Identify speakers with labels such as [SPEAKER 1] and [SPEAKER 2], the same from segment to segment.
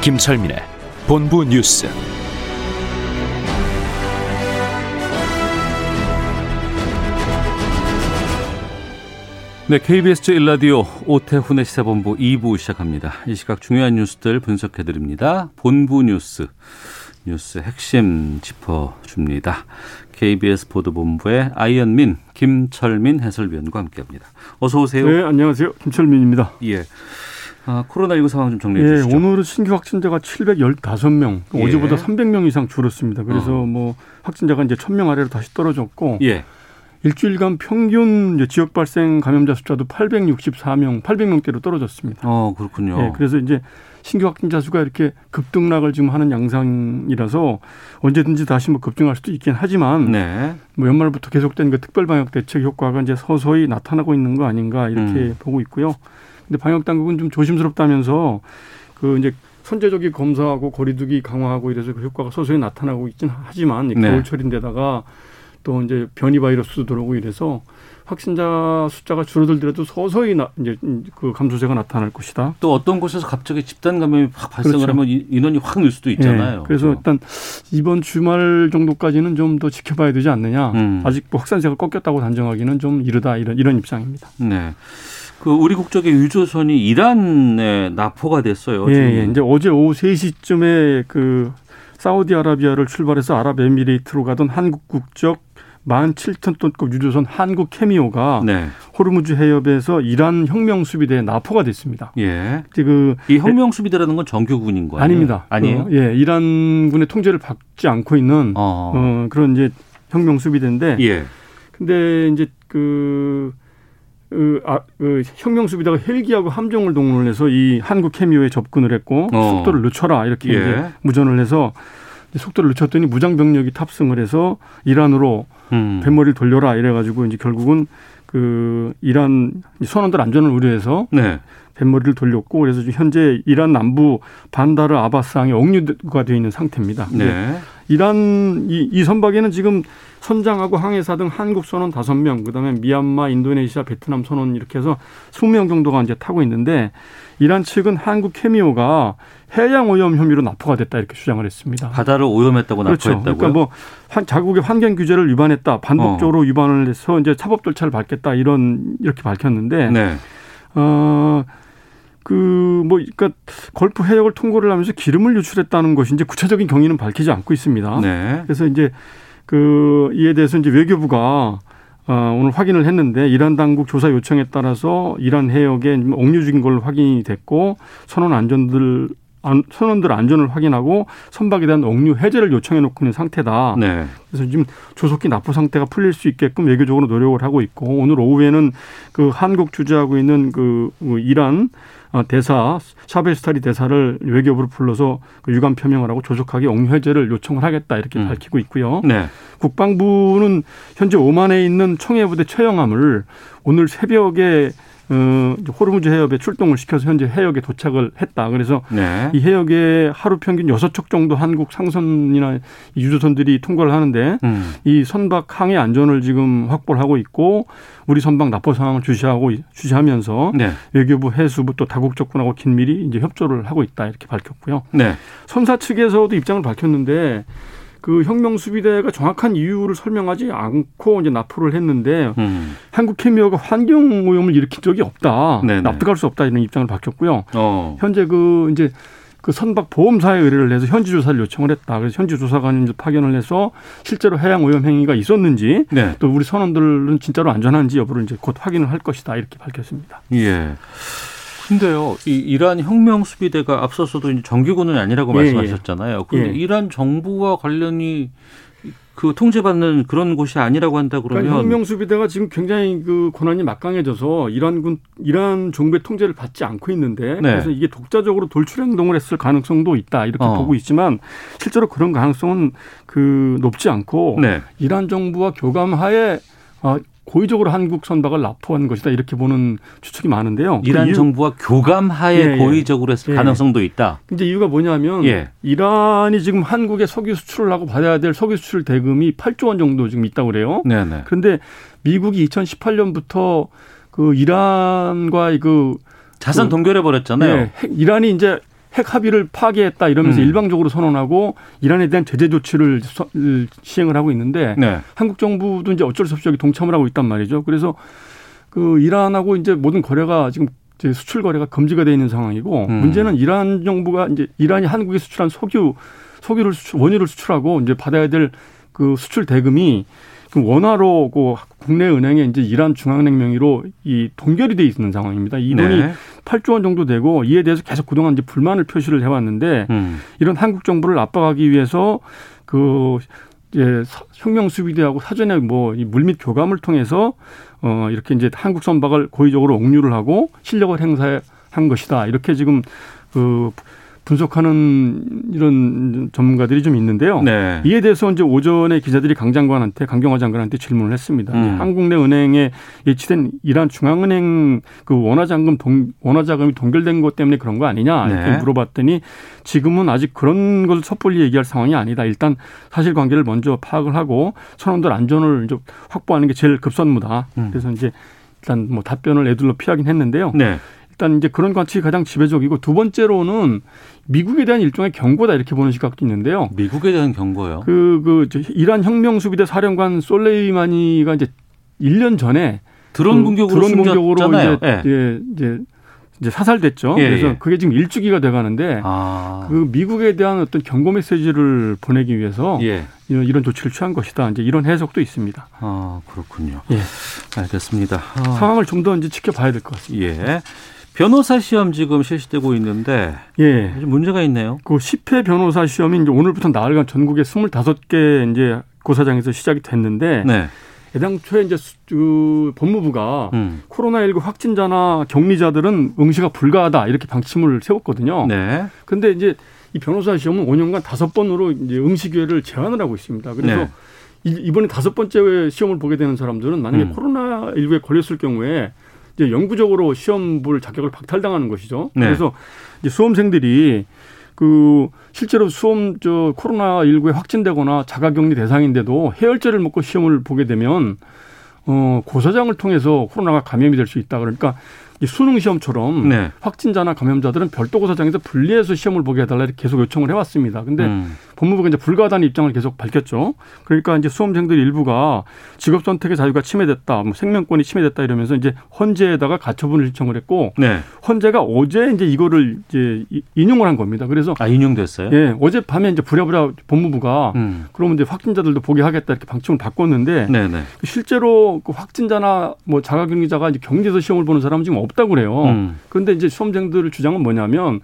[SPEAKER 1] 김철민의 본부 뉴스.
[SPEAKER 2] 네, KBS 제1라디오 오태훈의 시사본부 2부 시작합니다. 이 시각 중요한 뉴스들 분석해드립니다. 본부 뉴스, 뉴스 핵심 짚어줍니다. KBS 보도본부의 아이언민, 김철민 해설위원과 함께합니다. 어서 오세요.
[SPEAKER 3] 네, 안녕하세요. 김철민입니다.
[SPEAKER 2] 예. 아, 코로나19 상황 좀 정리해
[SPEAKER 3] 예,
[SPEAKER 2] 주시죠.
[SPEAKER 3] 오늘 신규 확진자가 715명,
[SPEAKER 2] 예. 어.
[SPEAKER 3] 어제보다 300명 이상 줄었습니다. 그래서 뭐 확진자가 이제 1000명 아래로 다시 떨어졌고
[SPEAKER 2] 예.
[SPEAKER 3] 일주일간 평균 이제 지역 발생 감염자 숫자도 864명, 800명대로 떨어졌습니다.
[SPEAKER 2] 어, 그렇군요.
[SPEAKER 3] 예, 그래서 이제 신규 확진자 수가 이렇게 급등락을 지금 하는 양상이라서 언제든지 다시 뭐 급증할 수도 있긴 하지만
[SPEAKER 2] 네.
[SPEAKER 3] 뭐 연말부터 계속된 그 특별 방역 대책 효과가 이제 서서히 나타나고 있는 거 아닌가 이렇게
[SPEAKER 2] 음.
[SPEAKER 3] 보고 있고요. 근데 방역 당국은 좀 조심스럽다면서 그 이제 선제적인 검사하고 거리두기 강화하고 이래서 그 효과가 서서히 나타나고 있긴 하지만 이
[SPEAKER 2] 네.
[SPEAKER 3] 겨울철인데다가 또 이제 변이 바이러스도 들어오고 이래서 확진자 숫자가 줄어들더라도 서서히 나, 이제 그 감소세가 나타날 것이다.
[SPEAKER 2] 또 어떤 곳에서 갑자기 집단 감염이 확 발생을
[SPEAKER 3] 그렇죠.
[SPEAKER 2] 하면 인- 인원이 확 늘 수도 있잖아요. 그렇죠?
[SPEAKER 3] 예, 그래서 일단 이번 주말 정도까지는 좀 더 지켜봐야 되지 않느냐.
[SPEAKER 2] 음.
[SPEAKER 3] 아직 뭐 확산세가 꺾였다고 단정하기는 좀 이르다 이런 이런 입장입니다.
[SPEAKER 2] 네. 그 우리 국적의 유조선이 이란에 납포가 됐어요.
[SPEAKER 3] 예,
[SPEAKER 2] 지금.
[SPEAKER 3] 예. 이제 어제 오후 3시쯤에 그 사우디아라비아를 출발해서 아랍에미레이트로 가던 한국 국적 17,000톤급 유조선 한국 케미오가
[SPEAKER 2] 네.
[SPEAKER 3] 호르무즈 해협에서 이란 혁명 수비대에 납포가 됐습니다.
[SPEAKER 2] 예.
[SPEAKER 3] 이제 그
[SPEAKER 2] 이 혁명 수비대라는 건 정규군인 거예요?
[SPEAKER 3] 아닙니다.
[SPEAKER 2] 아니에요?
[SPEAKER 3] 그, 예, 이란군의 통제를 받지 않고 있는
[SPEAKER 2] 어.
[SPEAKER 3] 어, 그런 이제 혁명 수비대인데
[SPEAKER 2] 예.
[SPEAKER 3] 근데 이제 그, 그, 아, 그 혁명 수비다가 헬기하고 함정을 동원을 해서 이 한국 케미오에 접근을 했고
[SPEAKER 2] 어.
[SPEAKER 3] 속도를 늦춰라 이렇게
[SPEAKER 2] 예.
[SPEAKER 3] 이제 무전을 해서 이제 속도를 늦췄더니 무장 병력이 탑승을 해서 이란으로
[SPEAKER 2] 음.
[SPEAKER 3] 뱃머리를 돌려라 이래가지고 이제 결국은 그 이란 선원들 안전을 우려해서
[SPEAKER 2] 네.
[SPEAKER 3] 뱃머리를 돌렸고 그래서 지금 현재 이란 남부 반다르 아바스항에 억류가 되어 있는 상태입니다.
[SPEAKER 2] 네.
[SPEAKER 3] 이란 이, 이 선박에는 지금 선장하고 항해사 등 한국 선원 다섯 명 그다음에 미얀마, 인도네시아, 베트남 선원 이렇게 해서 20명 정도가 이제 타고 있는데 이란 측은 한국 케미오가 해양 오염 혐의로 납포가 됐다 이렇게 주장을 했습니다.
[SPEAKER 2] 바다를 오염했다고
[SPEAKER 3] 그렇죠.
[SPEAKER 2] 아, 납포했다고요?
[SPEAKER 3] 그러니까 뭐 한- 자국의 환경 규제를 위반했다,
[SPEAKER 2] 어.
[SPEAKER 3] 반복적으로 위반을 해서 이제 차법 절차를 밟겠다 이런 이렇게 밝혔는데
[SPEAKER 2] 네.
[SPEAKER 3] 어, 그 뭐 그러니까 걸프 해역을 통과를 하면서 기름을 유출했다는 것인지 구체적인 경위는 밝히지 않고 있습니다.
[SPEAKER 2] 네.
[SPEAKER 3] 그래서 이제 그 이에 대해서 이제 외교부가 어, 오늘 확인을 했는데 이란 당국 조사 요청에 따라서 이란 해역에 옥류 중인 걸로 확인이 됐고 선원 안전들 안, 선원들 안전을 확인하고 선박에 대한 옥류 해제를 요청해 놓고 있는 상태다.
[SPEAKER 2] 네.
[SPEAKER 3] 그래서 지금 조속히 납포 상태가 풀릴 수 있게끔 외교적으로 노력을 하고 있고 오늘 오후에는 그 한국 주재하고 있는 그 이란 어, 대사 샤베스타리 대사를 외교부로 불러서 그 유감 표명을 하고 조속하게 옥류 해제를 요청을 하겠다 이렇게
[SPEAKER 2] 음.
[SPEAKER 3] 밝히고 있고요.
[SPEAKER 2] 네.
[SPEAKER 3] 국방부는 현재 오만에 있는 청해부대 최영함을 오늘 새벽에 어, 호르무즈 해협에 출동을 시켜서 현재 해역에 도착을 했다. 그래서
[SPEAKER 2] 네.
[SPEAKER 3] 이 해역에 하루 평균 여섯 척 정도 한국 상선이나 이 유조선들이 통과를 하는데
[SPEAKER 2] 음.
[SPEAKER 3] 이 선박 항해 안전을 지금 확보를 하고 있고 우리 선박 납포 상황을 주시하고 주시하면서
[SPEAKER 2] 네.
[SPEAKER 3] 외교부 해수부 또 다국적군하고 긴밀히 이제 협조를 하고 있다 이렇게 밝혔고요.
[SPEAKER 2] 네.
[SPEAKER 3] 선사 측에서도 입장을 밝혔는데 그 혁명 수비대가 정확한 이유를 설명하지 않고 이제 납포를 했는데
[SPEAKER 2] 음.
[SPEAKER 3] 한국 케미어가 환경 오염을 일으킨 적이 없다.
[SPEAKER 2] 네네.
[SPEAKER 3] 납득할 수 없다 이런 입장을 밝혔고요.
[SPEAKER 2] 어.
[SPEAKER 3] 현재 그 이제 그 선박 보험사에 의뢰를 해서 현지 조사를 요청을 했다. 그래서 현지 조사관을 이제 파견을 해서 실제로 해양 오염 행위가 있었는지
[SPEAKER 2] 네.
[SPEAKER 3] 또 우리 선원들은 진짜로 안전한지 여부를 이제 곧 확인을 할 것이다 이렇게 밝혔습니다.
[SPEAKER 2] 예. 근데요, 이 이란 혁명 수비대가 앞서서도 이제 정규군은 아니라고
[SPEAKER 3] 예,
[SPEAKER 2] 말씀하셨잖아요. 그런데
[SPEAKER 3] 예.
[SPEAKER 2] 이란 정부와 관련이 그 통제받는 그런 곳이 아니라고 한다 그러면
[SPEAKER 3] 그러니까 혁명 수비대가 지금 굉장히 그 권한이 막강해져서 이란 군 이란 정부의 통제를 받지 않고 있는데
[SPEAKER 2] 네.
[SPEAKER 3] 그래서 이게 독자적으로 돌출 행동을 했을 가능성도 있다 이렇게
[SPEAKER 2] 어.
[SPEAKER 3] 보고 있지만 실제로 그런 가능성은 그 높지 않고
[SPEAKER 2] 네.
[SPEAKER 3] 이란 정부와 교감하에 아, 고의적으로 한국 선박을 납포한 것이다 이렇게 보는 추측이 많은데요. 그
[SPEAKER 2] 이란
[SPEAKER 3] 이유-
[SPEAKER 2] 정부와 교감하에
[SPEAKER 3] 예, 예.
[SPEAKER 2] 고의적으로 했을
[SPEAKER 3] 예.
[SPEAKER 2] 가능성도 있다.
[SPEAKER 3] 이제 이유가 뭐냐면
[SPEAKER 2] 예.
[SPEAKER 3] 이란이 지금 한국에 석유 수출을 하고 받아야 될 석유 수출 대금이 8조 원 정도 지금 있다고 그래요.
[SPEAKER 2] 네네.
[SPEAKER 3] 그런데 미국이 2018년부터 그 이란과 그
[SPEAKER 2] 자산
[SPEAKER 3] 그-
[SPEAKER 2] 동결해 버렸잖아요.
[SPEAKER 3] 예, 핵- 이란이 이제 핵 합의를 파기했다 이러면서
[SPEAKER 2] 음.
[SPEAKER 3] 일방적으로 선언하고 이란에 대한 제재 조치를 서- 시행을 하고 있는데
[SPEAKER 2] 네.
[SPEAKER 3] 한국 정부도 이제 어쩔 수 없이 여기 동참을 하고 있단 말이죠. 그래서 그 이란하고 이제 모든 거래가 지금 이제 수출 거래가 금지가 돼 있는 상황이고
[SPEAKER 2] 음.
[SPEAKER 3] 문제는 이란 정부가 이제 이란이 한국에 수출한 석유 석유를 수출, 원유를 수출하고 이제 받아야 될 그 수출 대금이 그 원화로 그 국내 은행에 이제 이란 중앙은행 명의로 이 동결이 돼 있는 상황입니다. 이 돈이
[SPEAKER 2] 네.
[SPEAKER 3] 8조 원 정도 되고 이에 대해서 계속 그동안 이제 불만을 표시를 해왔는데
[SPEAKER 2] 음.
[SPEAKER 3] 이런 한국 정부를 압박하기 위해서 그 이제 서- 혁명 수비대하고 사전에 뭐이 물밑 교감을 통해서 어 이렇게 이제 한국 선박을 고의적으로 옥류를 하고 실력을 행사한 것이다 이렇게 지금 그 분석하는 이런 전문가들이 좀 있는데요.
[SPEAKER 2] 네.
[SPEAKER 3] 이에 대해서 이제 오전에 기자들이 강 장관한테 강경화 장관한테 질문을 했습니다.
[SPEAKER 2] 음.
[SPEAKER 3] 한국 내 은행에 예치된 이란 중앙은행 그 원화 잔금 동 원화 자금이 동결된 것 때문에 그런 거 아니냐 이렇게
[SPEAKER 2] 네.
[SPEAKER 3] 물어봤더니 지금은 아직 그런 것을 섣불리 얘기할 상황이 아니다. 일단 사실관계를 먼저 파악을 하고 선원들 안전을 이제 확보하는 게 제일 급선무다.
[SPEAKER 2] 음.
[SPEAKER 3] 그래서 이제 일단 뭐 답변을 애들로 피하긴 했는데요.
[SPEAKER 2] 네.
[SPEAKER 3] 일단 이제 그런 관측이 가장 지배적이고 두 번째로는 미국에 대한 일종의 경고다 이렇게 보는 시각도 있는데요.
[SPEAKER 2] 미국에 대한 경고요.
[SPEAKER 3] 그, 그, 저 이란 혁명수비대 사령관 솔레이마니가 이제 1년 전에
[SPEAKER 2] 드론
[SPEAKER 3] 그
[SPEAKER 2] 공격으로
[SPEAKER 3] 드론 공격으로
[SPEAKER 2] 숨졌잖아요.
[SPEAKER 3] 이제, 예. 이제, 이제, 이제 사살됐죠.
[SPEAKER 2] 예,
[SPEAKER 3] 그래서
[SPEAKER 2] 예.
[SPEAKER 3] 그게 지금 일주기가 돼 가는데
[SPEAKER 2] 아.
[SPEAKER 3] 그 미국에 대한 어떤 경고 메시지를 보내기 위해서
[SPEAKER 2] 예.
[SPEAKER 3] 이런 이런 조치를 취한 것이다. 이제 이런 해석도 있습니다.
[SPEAKER 2] 아, 그렇군요.
[SPEAKER 3] 예.
[SPEAKER 2] 알겠습니다. 아,
[SPEAKER 3] 상황을 좀 더 이제 지켜봐야 될 것 같습니다.
[SPEAKER 2] 예. 변호사 시험 지금 실시되고 있는데
[SPEAKER 3] 예.
[SPEAKER 2] 아주 문제가 있네요.
[SPEAKER 3] 그 10회 변호사 시험이 이제 오늘부터 나흘간 전국에 25개 이제 고사장에서 시작이 됐는데
[SPEAKER 2] 네.
[SPEAKER 3] 애당초에 이제 수- 그 법무부가
[SPEAKER 2] 음.
[SPEAKER 3] 코로나19 확진자나 격리자들은 응시가 불가하다 이렇게 방침을 세웠거든요.
[SPEAKER 2] 네.
[SPEAKER 3] 근데 이제 이 변호사 시험은 5년간 다섯 번으로 이제 응시 기회를 제한을 하고 있습니다. 그래서
[SPEAKER 2] 네.
[SPEAKER 3] 이- 이번에 다섯 번째 시험을 보게 되는 사람들은 만약에
[SPEAKER 2] 음.
[SPEAKER 3] 코로나19에 걸렸을 경우에 이제 영구적으로 시험 볼 자격을 박탈당하는 것이죠.
[SPEAKER 2] 네.
[SPEAKER 3] 그래서 이제 수험생들이 그 실제로 수험 저 코로나19에 확진되거나 자가격리 대상인데도 해열제를 먹고 시험을 보게 되면 어 고사장을 통해서 코로나가 감염이 될 수 있다. 그러니까 이 수능 시험처럼
[SPEAKER 2] 네.
[SPEAKER 3] 확진자나 감염자들은 별도 고사장에서 분리해서 시험을 보게 해달라 이렇게 계속 요청을 해왔습니다. 근데
[SPEAKER 2] 음.
[SPEAKER 3] 법무부가 이제 불가하다는 입장을 계속 밝혔죠. 그러니까 이제 수험생들 일부가 직업 선택의 자유가 침해됐다, 뭐 생명권이 침해됐다 이러면서 이제 헌재에다가 가처분을 신청을 했고
[SPEAKER 2] 네.
[SPEAKER 3] 헌재가 어제 이제 이거를 이제 이- 인용을 한 겁니다. 그래서
[SPEAKER 2] 아, 인용됐어요?
[SPEAKER 3] 예, 어젯밤에 이제 부랴부랴 법무부가
[SPEAKER 2] 음.
[SPEAKER 3] 그러면 이제 확진자들도 보게 하겠다 이렇게 방침을 바꿨는데
[SPEAKER 2] 네, 네.
[SPEAKER 3] 실제로 그 확진자나 뭐 자가격리자가 이제 경제에서 시험을 보는 사람은 지금 없다고 그래요.
[SPEAKER 2] 음.
[SPEAKER 3] 그런데 이제 수험생들의 주장은 뭐냐면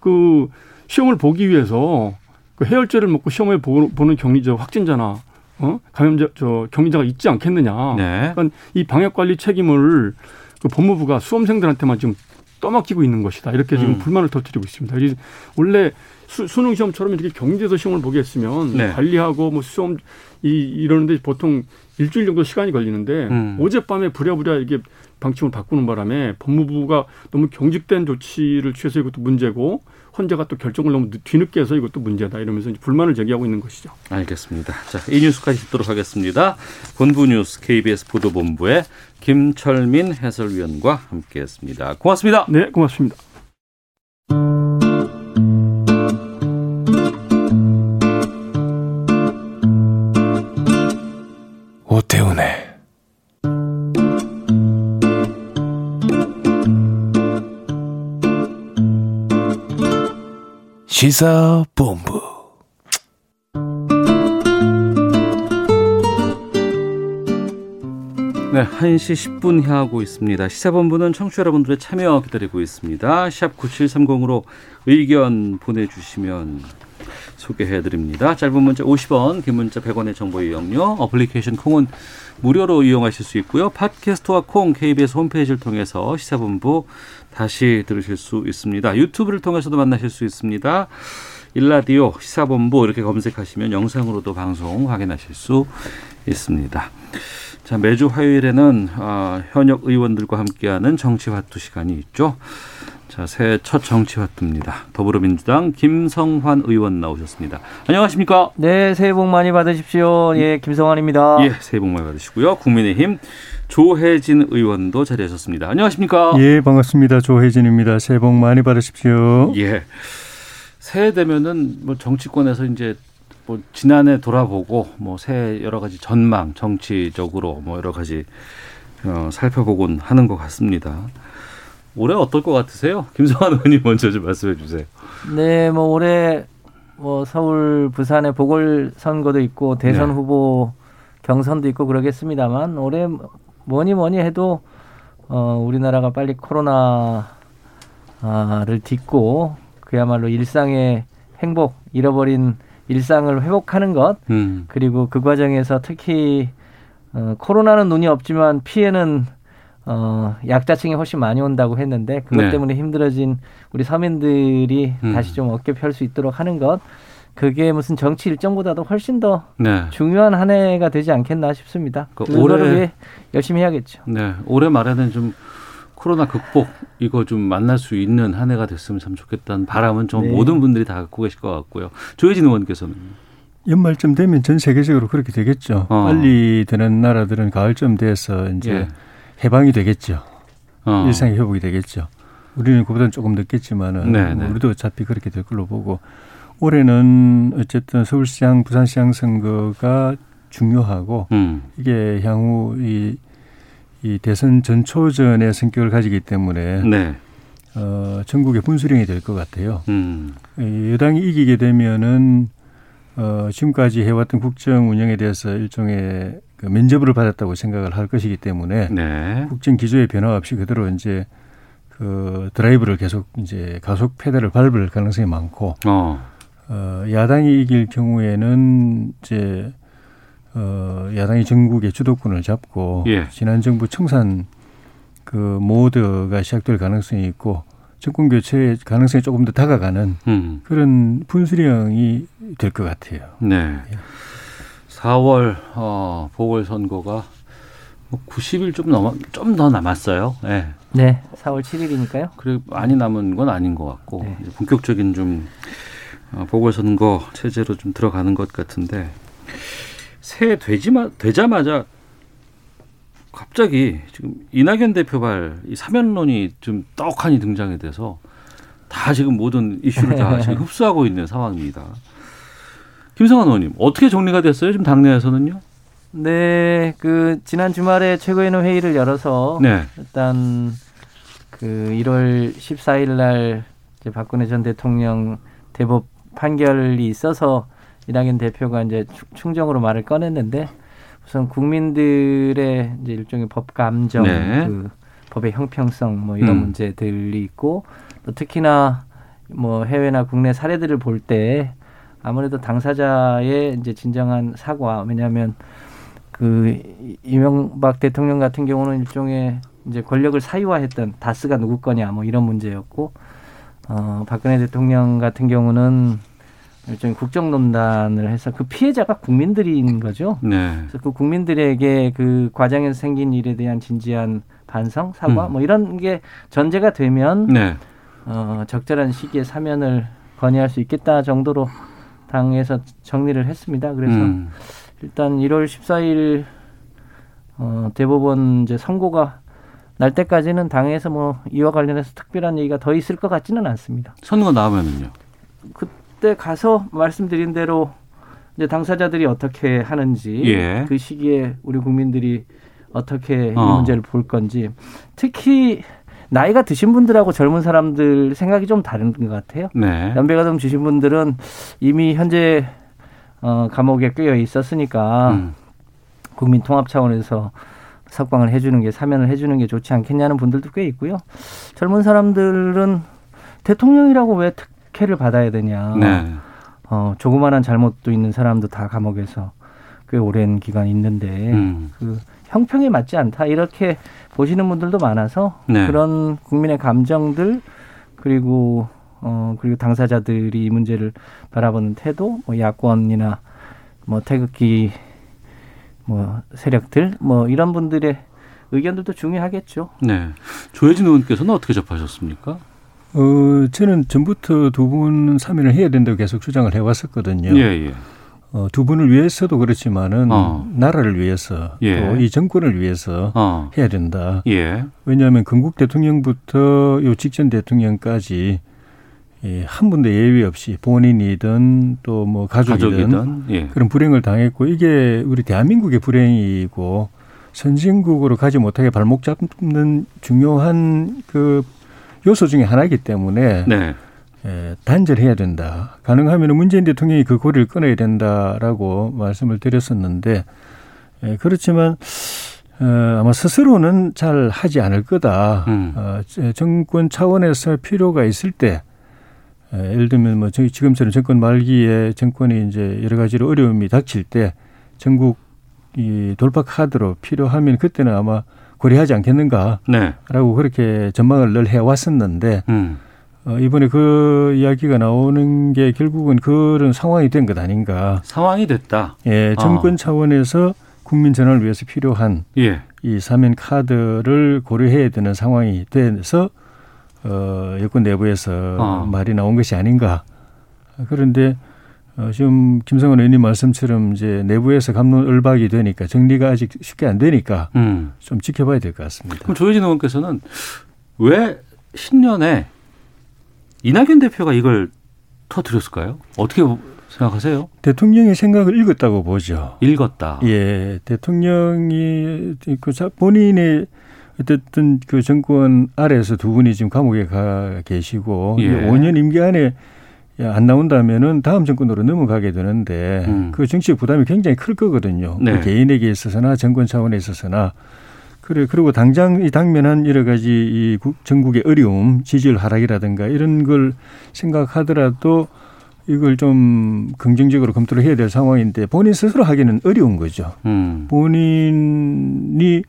[SPEAKER 3] 그 시험을 보기 위해서 그 해열제를 먹고 시험을 보- 보는 격리자 확진자나 어? 감염자 저 격리자가 있지 않겠느냐.
[SPEAKER 2] 네.
[SPEAKER 3] 그러니까 이 방역 관리 책임을 그 법무부가 수험생들한테만 지금 떠맡기고 있는 것이다. 이렇게 지금
[SPEAKER 2] 음.
[SPEAKER 3] 불만을 터뜨리고 있습니다. 이 원래 수, 수능 시험처럼 이렇게 경제에서 시험을 보게 했으면
[SPEAKER 2] 네.
[SPEAKER 3] 관리하고 뭐 수험 이 이러는데 보통 일주일 정도 시간이 걸리는데
[SPEAKER 2] 음.
[SPEAKER 3] 어젯밤에 부랴부랴 이게 방침을 바꾸는 바람에 법무부가 너무 경직된 조치를 취해서 이것도 문제고 헌재가 또 결정을 너무 늦- 뒤늦게 해서 이것도 문제다 이러면서 이제 불만을 제기하고 있는 것이죠.
[SPEAKER 2] 알겠습니다. 자, 이 뉴스까지 듣도록 하겠습니다. 본부 뉴스 KBS 보도본부의 김철민 해설위원과 함께했습니다. 고맙습니다.
[SPEAKER 3] 네, 고맙습니다.
[SPEAKER 4] 오태훈의 시사본부
[SPEAKER 2] 네, 1시 10분 향하고 있습니다. 시사본부는 청취자 여러분들의 참여 기다리고 있습니다. 샵 9730으로 의견 보내주시면 소개해드립니다. 짧은 문자 50원, 긴 문자 100원의 정보 이용료, 어플리케이션 콩은 무료로 이용하실 수 있고요. 팟캐스트와 콩 KBS 홈페이지를 통해서 시사본부 다시 들으실 수 있습니다. 유튜브를 통해서도 만나실 수 있습니다. 일라디오 시사본부 이렇게 검색하시면 영상으로도 방송 확인하실 수 있습니다. 자 매주 화요일에는 아, 현역 의원들과 함께하는 정치화투 시간이 있죠. 자 새해 첫 정치화투입니다. 더불어민주당 김성환 의원 나오셨습니다. 안녕하십니까?
[SPEAKER 5] 네, 새해 복 많이 받으십시오. 예, 김성환입니다.
[SPEAKER 2] 예, 새해 복 많이 받으시고요. 국민의힘 조혜진 의원도 자리하셨습니다. 안녕하십니까?
[SPEAKER 6] 예, 반갑습니다. 조혜진입니다. 새해 복 많이 받으십시오.
[SPEAKER 2] 예. 새해 되면은 뭐 정치권에서 이제 뭐 지난해 돌아보고 뭐 새해 여러 가지 전망 정치적으로 뭐 여러 가지 어, 살펴보곤 하는 것 같습니다. 올해 어떨 것 같으세요? 김성환 의원님 먼저 좀 말씀해 주세요.
[SPEAKER 5] 네, 뭐 올해 뭐 서울, 부산의 보궐 선거도 있고 대선
[SPEAKER 2] 네.
[SPEAKER 5] 후보 경선도 있고 그러겠습니다만 올해 뭐니 뭐니 해도 어, 우리나라가 빨리 코로나를 딛고 그야말로 일상의 행복, 잃어버린 일상을 회복하는 것
[SPEAKER 2] 음.
[SPEAKER 5] 그리고 그 과정에서 특히 어, 코로나는 눈이 없지만 피해는 어, 약자층이 훨씬 많이 온다고 했는데 그것
[SPEAKER 2] 네.
[SPEAKER 5] 때문에 힘들어진 우리 서민들이
[SPEAKER 2] 음.
[SPEAKER 5] 다시 좀 어깨 펼 수 있도록 하는 것 그게 무슨 정치 일정보다도 훨씬 더
[SPEAKER 2] 네.
[SPEAKER 5] 중요한 한 해가 되지 않겠나 싶습니다.
[SPEAKER 2] 그
[SPEAKER 5] 올해를
[SPEAKER 2] 올해-
[SPEAKER 5] 위해 열심히 해야겠죠.
[SPEAKER 2] 네. 올해 말에는 좀 코로나 극복 이거 좀 만날 수 있는 한 해가 됐으면 참 좋겠다는 바람은 좀
[SPEAKER 5] 네.
[SPEAKER 2] 모든 분들이 다 갖고 계실 것 같고요. 조혜진 의원께서는
[SPEAKER 6] 연말쯤 되면 전 세계적으로 그렇게 되겠죠.
[SPEAKER 2] 어.
[SPEAKER 6] 빨리 되는 나라들은 가을쯤 돼서 이제
[SPEAKER 2] 예.
[SPEAKER 6] 해방이 되겠죠.
[SPEAKER 2] 어.
[SPEAKER 6] 일상이 회복이 되겠죠. 우리는 그보다는 조금 늦겠지만은
[SPEAKER 2] 네,
[SPEAKER 6] 뭐
[SPEAKER 2] 네.
[SPEAKER 6] 우리도 어차피 그렇게 될 걸로 보고 올해는 어쨌든 서울시장, 부산시장 선거가 중요하고
[SPEAKER 2] 음.
[SPEAKER 6] 이게 향후 이, 이 대선 전초전의 성격을 가지기 때문에
[SPEAKER 2] 네.
[SPEAKER 6] 어, 전국의 분수령이 될 것 같아요.
[SPEAKER 2] 음.
[SPEAKER 6] 이 예, 여당이 이기게 되면은 어, 지금까지 해왔던 국정 운영에 대해서 일종의 그 면접을 받았다고 생각을 할 것이기 때문에
[SPEAKER 2] 네.
[SPEAKER 6] 국정 기조의 변화 없이 그대로 이제 그 드라이브를 계속 이제 가속 페달을 밟을 가능성이 많고
[SPEAKER 2] 어.
[SPEAKER 6] 어, 야당이 이길 경우에는 이제 어, 야당이 전국의 주도권을 잡고
[SPEAKER 2] 예.
[SPEAKER 6] 지난 정부 청산 그 모드가 시작될 가능성이 있고 정권 교체 가능성이 조금 더 다가가는
[SPEAKER 2] 음.
[SPEAKER 6] 그런 분수령이 될 것 같아요.
[SPEAKER 2] 네. 4월 어, 보궐선거가 뭐 90일 좀 넘어 좀더 남았어요. 예.
[SPEAKER 5] 네, 4월 7일이니까요.
[SPEAKER 2] 그래 많이 남은 건 아닌 것 같고
[SPEAKER 5] 네.
[SPEAKER 2] 이제 본격적인 좀 어, 보궐선거 체제로 좀 들어가는 것 같은데 새해 되지마 되자마자 갑자기 지금 이낙연 대표발 이 사면론이 좀 떡하니 등장이 돼서 다 지금 모든 이슈를 다 지금 흡수하고 있는 상황입니다. 김성환 의원님 어떻게 정리가 됐어요? 지금 당내에서는요?
[SPEAKER 5] 네, 그 지난 주말에 최고위원 회의를 열어서
[SPEAKER 2] 네,
[SPEAKER 5] 일단 그 1월 14일 날 이제 박근혜 전 대통령 대법 판결이 있어서 이낙연 대표가 이제 추- 충정으로 말을 꺼냈는데 우선 국민들의 이제 일종의 법 감정,
[SPEAKER 2] 네.
[SPEAKER 5] 그 법의 형평성 뭐 이런
[SPEAKER 2] 음.
[SPEAKER 5] 문제들이 있고 또 특히나 뭐 해외나 국내 사례들을 볼 때 아무래도 당사자의 이제 진정한 사과 왜냐하면 그 이- 이명박 대통령 같은 경우는 일종의 이제 권력을 사유화했던 다스가 누구 거냐 뭐 이런 문제였고 어 박근혜 대통령 같은 경우는 일종의 국정농단을 해서 그 피해자가 국민들인 거죠.
[SPEAKER 2] 네,
[SPEAKER 5] 그래서 그 국민들에게 그 과정에서 생긴 일에 대한 진지한 반성, 사과
[SPEAKER 2] 음.
[SPEAKER 5] 뭐 이런 게 전제가 되면
[SPEAKER 2] 네.
[SPEAKER 5] 어 적절한 시기에 사면을 건의할 수 있겠다 정도로 당에서 정리를 했습니다. 그래서
[SPEAKER 2] 음,
[SPEAKER 5] 일단 1월 14일 어, 대법원 이제 선고가 날 때까지는 당에서 뭐 이와 관련해서 특별한 얘기가 더 있을 것 같지는 않습니다.
[SPEAKER 2] 선거 나오면은요?
[SPEAKER 5] 그때 가서 말씀드린 대로 이제 당사자들이 어떻게 하는지
[SPEAKER 2] 예.
[SPEAKER 5] 그 시기에 우리 국민들이 어떻게
[SPEAKER 2] 어.
[SPEAKER 5] 이 문제를 볼 건지 특히 나이가 드신 분들하고 젊은 사람들 생각이 좀 다른 것 같아요.
[SPEAKER 2] 네,
[SPEAKER 5] 연배가좀 주신 분들은 이미 현재 어, 감옥에 끼어 있었으니까
[SPEAKER 2] 음,
[SPEAKER 5] 국민 통합 차원에서 석방을 해주는 게 사면을 해주는 게 좋지 않겠냐는 분들도 꽤 있고요. 젊은 사람들은 대통령이라고 왜 특혜를 받아야 되냐.
[SPEAKER 2] 네.
[SPEAKER 5] 어, 조그만한 잘못도 있는 사람도 다 감옥에서 꽤 오랜 기간 있는데
[SPEAKER 2] 음.
[SPEAKER 5] 그 형평에 맞지 않다 이렇게 보시는 분들도 많아서
[SPEAKER 2] 네.
[SPEAKER 5] 그런 국민의 감정들 그리고 어 그리고 당사자들이 이 문제를 바라보는 태도 뭐 야권이나 뭐 태극기 뭐 세력들 뭐 이런 분들의 의견들도 중요하겠죠.
[SPEAKER 2] 네. 조혜진 의원께서는 어떻게 접하셨습니까?
[SPEAKER 6] 어, 저는 전부터 두 분 사면을 해야 된다고 계속 주장을 해왔었거든요.
[SPEAKER 2] 예, 예.
[SPEAKER 6] 어, 두 분을 위해서도 그렇지만은
[SPEAKER 2] 어.
[SPEAKER 6] 나라를 위해서
[SPEAKER 2] 예.
[SPEAKER 6] 또 이 정권을 위해서
[SPEAKER 2] 어.
[SPEAKER 6] 해야 된다.
[SPEAKER 2] 예.
[SPEAKER 6] 왜냐하면 건국 대통령부터 요 직전 대통령까지 예, 한 분도 예외 없이 본인이든 또 뭐 가족이든,
[SPEAKER 2] 가족이든 예.
[SPEAKER 6] 그런 불행을 당했고 이게 우리 대한민국의 불행이고 선진국으로 가지 못하게 발목 잡는 중요한 그 요소 중에 하나이기 때문에
[SPEAKER 2] 네.
[SPEAKER 6] 예, 단절해야 된다. 가능하면 문재인 대통령이 그 고리를 끊어야 된다라고 말씀을 드렸었는데 예, 그렇지만 어, 아마 스스로는 잘 하지 않을 거다.
[SPEAKER 2] 음.
[SPEAKER 6] 어, 제- 정권 차원에서 필요가 있을 때 예, 예를 들면 뭐 저희 지금처럼 정권 말기에 정권이 이제 여러 가지로 어려움이 닥칠 때 전국 이 돌파 카드로 필요하면 그때는 아마 고려하지 않겠는가라고
[SPEAKER 2] 네.
[SPEAKER 6] 그렇게 전망을 늘 해왔었는데
[SPEAKER 2] 음.
[SPEAKER 6] 어, 이번에 그 이야기가 나오는 게 결국은 그런 상황이 된 것 아닌가.
[SPEAKER 2] 상황이 됐다.
[SPEAKER 6] 예,
[SPEAKER 2] 아.
[SPEAKER 6] 정권 차원에서 국민 전환을 위해서 필요한
[SPEAKER 2] 예.
[SPEAKER 6] 이 사면 카드를 고려해야 되는 상황이 돼서 어, 여권 내부에서
[SPEAKER 2] 아.
[SPEAKER 6] 말이 나온 것이 아닌가. 그런데 어, 지금 김성원 의원님 말씀처럼 이제 내부에서 감론을박이 되니까 정리가 아직 쉽게 안 되니까
[SPEAKER 2] 음.
[SPEAKER 6] 좀 지켜봐야 될 것 같습니다.
[SPEAKER 2] 그럼 조혜진 의원께서는 왜 신년에 이낙연 대표가 이걸 터뜨렸을까요? 어떻게 생각하세요?
[SPEAKER 6] 대통령의 생각을 읽었다고 보죠.
[SPEAKER 2] 읽었다.
[SPEAKER 6] 예, 대통령이 그 자- 본인이 어쨌든 그 정권 아래에서 두 분이 지금 감옥에 가 계시고
[SPEAKER 2] 예.
[SPEAKER 6] 5년 임기 안에 안 나온다면은 다음 정권으로 넘어가게 되는데
[SPEAKER 2] 음.
[SPEAKER 6] 그 정치적 부담이 굉장히 클 거거든요. 그
[SPEAKER 2] 네.
[SPEAKER 6] 개인에게 있어서나 정권 차원에 있어서나 그래 그리고 당장 이 당면한 여러 가지 이 국- 전국의 어려움, 지지율 하락이라든가 이런 걸 생각하더라도 이걸 좀 긍정적으로 검토를 해야 될 상황인데 본인 스스로 하기는 어려운 거죠.
[SPEAKER 2] 음.
[SPEAKER 6] 본인이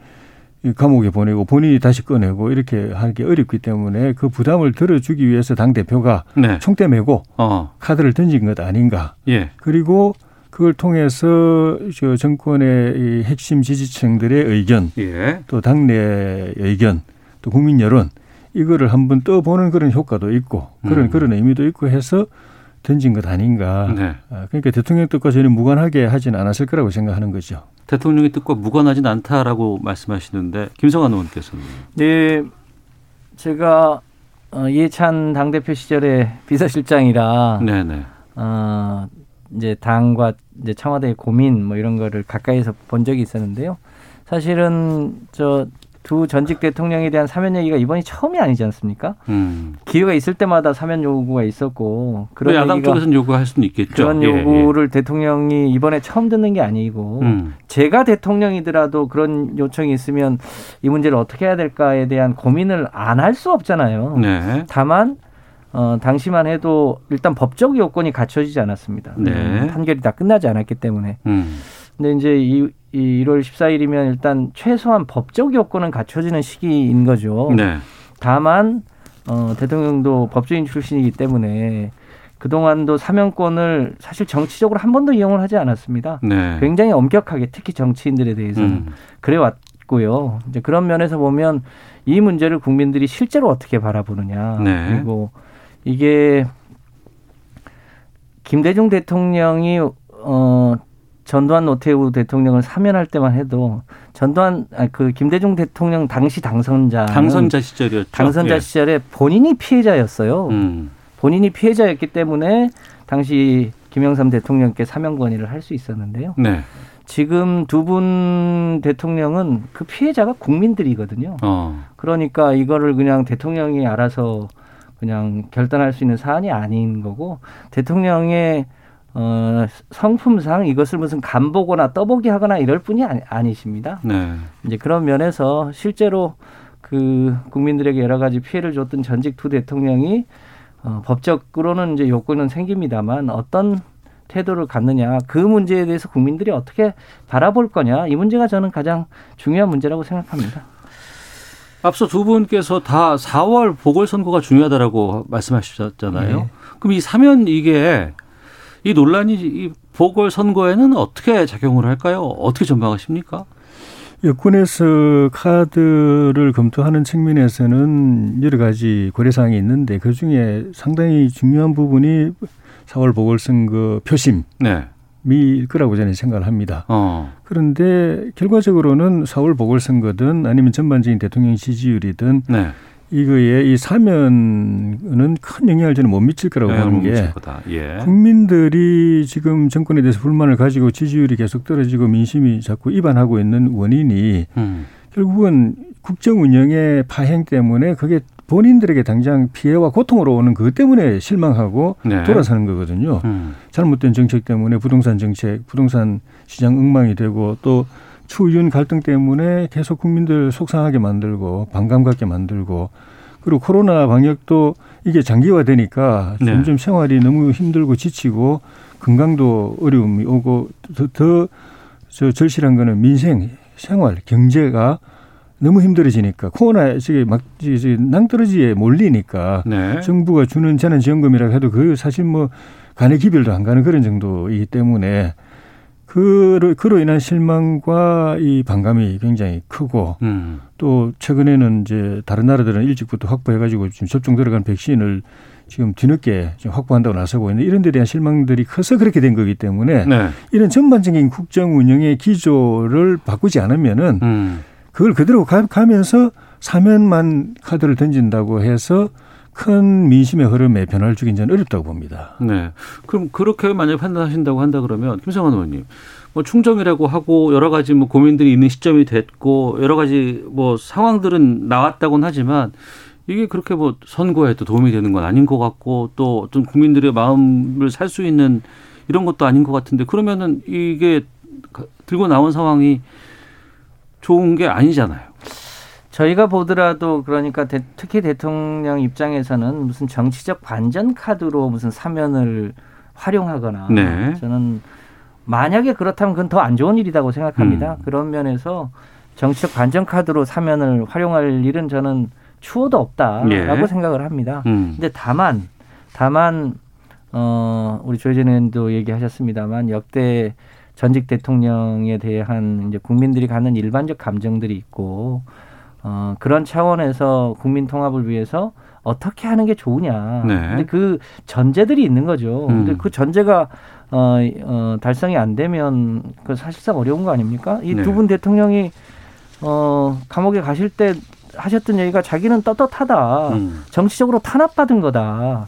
[SPEAKER 6] 감옥에 보내고 본인이 다시 꺼내고 이렇게 하기 어렵기 때문에 그 부담을 들어주기 위해서 당 대표가
[SPEAKER 2] 네.
[SPEAKER 6] 총대 메고
[SPEAKER 2] 어.
[SPEAKER 6] 카드를 던진 것 아닌가.
[SPEAKER 2] 예.
[SPEAKER 6] 그리고 그걸 통해서 저 정권의 이 핵심 지지층들의 의견,
[SPEAKER 2] 예.
[SPEAKER 6] 또 당내 의견, 또 국민 여론 이거를 한번 떠보는 그런 효과도 있고 그런
[SPEAKER 2] 음.
[SPEAKER 6] 그런 의미도 있고 해서 던진 것 아닌가.
[SPEAKER 2] 네.
[SPEAKER 6] 아, 그러니까 대통령 뜻과 전혀 무관하게 하진 않았을 거라고 생각하는 거죠.
[SPEAKER 2] 대통령의 뜻과 무관하진 않다라고 말씀하시는데 김성환 의원께서는
[SPEAKER 5] 네, 제가 어, 이해찬 당대표 시절에 비서실장이라
[SPEAKER 2] 네네
[SPEAKER 5] 어, 이제 당과 이제 청와대의 고민 뭐 이런 거를 가까이서 본 적이 있었는데요. 사실은 저 두 전직 대통령에 대한 사면 얘기가 이번이 처음이 아니지 않습니까?
[SPEAKER 2] 음.
[SPEAKER 5] 기회가 있을 때마다 사면 요구가 있었고
[SPEAKER 2] 또
[SPEAKER 5] 그런
[SPEAKER 2] 야당
[SPEAKER 5] 얘기가
[SPEAKER 2] 쪽에서는 요구할 수는 있겠죠.
[SPEAKER 5] 그런
[SPEAKER 2] 예, 예.
[SPEAKER 5] 요구를 대통령이 이번에 처음 듣는 게 아니고
[SPEAKER 2] 음.
[SPEAKER 5] 제가 대통령이더라도 그런 요청이 있으면 이 문제를 어떻게 해야 될까에 대한 고민을 안 할 수 없잖아요.
[SPEAKER 2] 네.
[SPEAKER 5] 다만 어, 당시만 해도 일단 법적 요건이 갖춰지지 않았습니다.
[SPEAKER 2] 네.
[SPEAKER 5] 음, 판결이 다 끝나지 않았기 때문에.
[SPEAKER 2] 음.
[SPEAKER 5] 근데 이제 이, 이 1월 14일이면 일단 최소한 법적 요건은 갖춰지는 시기인 거죠.
[SPEAKER 2] 네.
[SPEAKER 5] 다만 어, 대통령도 법조인 출신이기 때문에 그동안도 사면권을 사실 정치적으로 한 번도 이용을 하지 않았습니다.
[SPEAKER 2] 네.
[SPEAKER 5] 굉장히 엄격하게 특히 정치인들에 대해서는
[SPEAKER 2] 음.
[SPEAKER 5] 그래왔고요. 이제 그런 면에서 보면 이 문제를 국민들이 실제로 어떻게 바라보느냐
[SPEAKER 2] 네.
[SPEAKER 5] 그리고 이게 김대중 대통령이 어 전두환 노태우 대통령을 사면할 때만 해도 전두환 아, 그 김대중 대통령 당시 당선자
[SPEAKER 2] 당선자 시절이었죠.
[SPEAKER 5] 당선자
[SPEAKER 2] 예.
[SPEAKER 5] 시절에 본인이 피해자였어요.
[SPEAKER 2] 음.
[SPEAKER 5] 본인이 피해자였기 때문에 당시 김영삼 대통령께 사면 건의를 할 수 있었는데요.
[SPEAKER 2] 네.
[SPEAKER 5] 지금 두 분 대통령은 그 피해자가 국민들이거든요.
[SPEAKER 2] 어.
[SPEAKER 5] 그러니까 이거를 그냥 대통령이 알아서 그냥 결단할 수 있는 사안이 아닌 거고 대통령의 어, 성품상 이것을 무슨 간보거나 떠보기 하거나 이럴 뿐이 아니, 아니십니다.
[SPEAKER 2] 네.
[SPEAKER 5] 이제 그런 면에서 실제로 그 국민들에게 여러 가지 피해를 줬던 전직 두 대통령이 어, 법적으로는 이제 요건은 생깁니다만 어떤 태도를 갖느냐 그 문제에 대해서 국민들이 어떻게 바라볼 거냐 이 문제가 저는 가장 중요한 문제라고 생각합니다.
[SPEAKER 2] 앞서 두 분께서 다 4월 보궐선거가 중요하다라고 말씀하셨잖아요.
[SPEAKER 5] 네.
[SPEAKER 2] 그럼 이 사면 이게 이 논란이 이 보궐선거에는 어떻게 작용을 할까요? 어떻게 전망하십니까?
[SPEAKER 6] 여권에서 카드를 검토하는 측면에서는 여러 가지 고려사항이 있는데 그 중에 상당히 중요한 부분이 4월 보궐선거 표심일
[SPEAKER 2] 네.
[SPEAKER 6] 거라고 저는 생각을 합니다.
[SPEAKER 2] 어.
[SPEAKER 6] 그런데 결과적으로는 4월 보궐선거든 아니면 전반적인 대통령 지지율이든
[SPEAKER 2] 네.
[SPEAKER 6] 이거에 이 사면은 큰 영향을 저는 못 미칠 거라고
[SPEAKER 2] 영향을
[SPEAKER 6] 보는
[SPEAKER 2] 네, 못
[SPEAKER 6] 게
[SPEAKER 2] 미칠 거다. 예.
[SPEAKER 6] 국민들이 지금 정권에 대해서 불만을 가지고 지지율이 계속 떨어지고 민심이 자꾸 이반하고 있는 원인이
[SPEAKER 2] 음.
[SPEAKER 6] 결국은 국정 운영의 파행 때문에 그게 본인들에게 당장 피해와 고통으로 오는 그것 때문에 실망하고
[SPEAKER 2] 네.
[SPEAKER 6] 돌아서는 거거든요.
[SPEAKER 2] 음.
[SPEAKER 6] 잘못된 정책 때문에 부동산 정책, 부동산 시장 엉망이 되고 또 추윤 갈등 때문에 계속 국민들 속상하게 만들고 반감 갖게 만들고 그리고 코로나 방역도 이게 장기화되니까
[SPEAKER 2] 네.
[SPEAKER 6] 점점 생활이 너무 힘들고 지치고 건강도 어려움이 오고 더, 더 절실한 거는 민생, 생활, 경제가 너무 힘들어지니까 코로나 저기 막 저기 저기 낭떠러지에 몰리니까
[SPEAKER 2] 네.
[SPEAKER 6] 정부가 주는 재난지원금이라고 해도 그 사실 뭐 간의 기별도 안 가는 그런 정도이기 때문에 그로, 그로 인한 실망과 이 반감이 굉장히 크고
[SPEAKER 2] 음.
[SPEAKER 6] 또 최근에는 이제 다른 나라들은 일찍부터 확보해가지고 지금 접종 들어간 백신을 지금 뒤늦게 지금 확보한다고 나서고 있는데 이런 데 대한 실망들이 커서 그렇게 된 거기 때문에
[SPEAKER 2] 네.
[SPEAKER 6] 이런 전반적인 국정 운영의 기조를 바꾸지 않으면은
[SPEAKER 2] 음.
[SPEAKER 6] 그걸 그대로 가, 가면서 사면만 카드를 던진다고 해서 큰 민심의 흐름에 변화를 주긴 저는 어렵다고 봅니다.
[SPEAKER 2] 네. 그럼 그렇게 만약에 판단하신다고 한다 그러면 김성환 의원님, 뭐 충정이라고 하고 여러 가지 뭐 고민들이 있는 시점이 됐고 여러 가지 뭐 상황들은 나왔다고는 하지만 이게 그렇게 뭐 선거에 또 도움이 되는 건 아닌 것 같고 또 어떤 국민들의 마음을 살 수 있는 이런 것도 아닌 것 같은데 그러면은 이게 가- 들고 나온 상황이 좋은 게 아니잖아요.
[SPEAKER 5] 저희가 보더라도 그러니까 대- 특히 대통령 입장에서는 무슨 정치적 반전 카드로 무슨 사면을 활용하거나
[SPEAKER 2] 네.
[SPEAKER 5] 저는 만약에 그렇다면 그건 더 안 좋은 일이라고 생각합니다.
[SPEAKER 2] 음.
[SPEAKER 5] 그런 면에서 정치적 반전 카드로 사면을 활용할 일은 저는 추호도 없다라고
[SPEAKER 2] 예.
[SPEAKER 5] 생각을 합니다.
[SPEAKER 2] 음.
[SPEAKER 5] 근데 다만 다만 어 우리 조혜진 의원도 얘기하셨습니다만 역대 전직 대통령에 대한 이제 국민들이 갖는 일반적 감정들이 있고 어 그런 차원에서 국민 통합을 위해서 어떻게 하는 게 좋으냐.
[SPEAKER 2] 네.
[SPEAKER 5] 근데 그 전제들이 있는 거죠.
[SPEAKER 2] 음.
[SPEAKER 5] 근데 그 전제가 어, 어 달성이 안 되면 그 사실상 어려운 거 아닙니까? 이
[SPEAKER 2] 네.
[SPEAKER 5] 두 분 대통령이 어 감옥에 가실 때 하셨던 얘기가 자기는 떳떳하다.
[SPEAKER 2] 음.
[SPEAKER 5] 정치적으로 탄압받은 거다.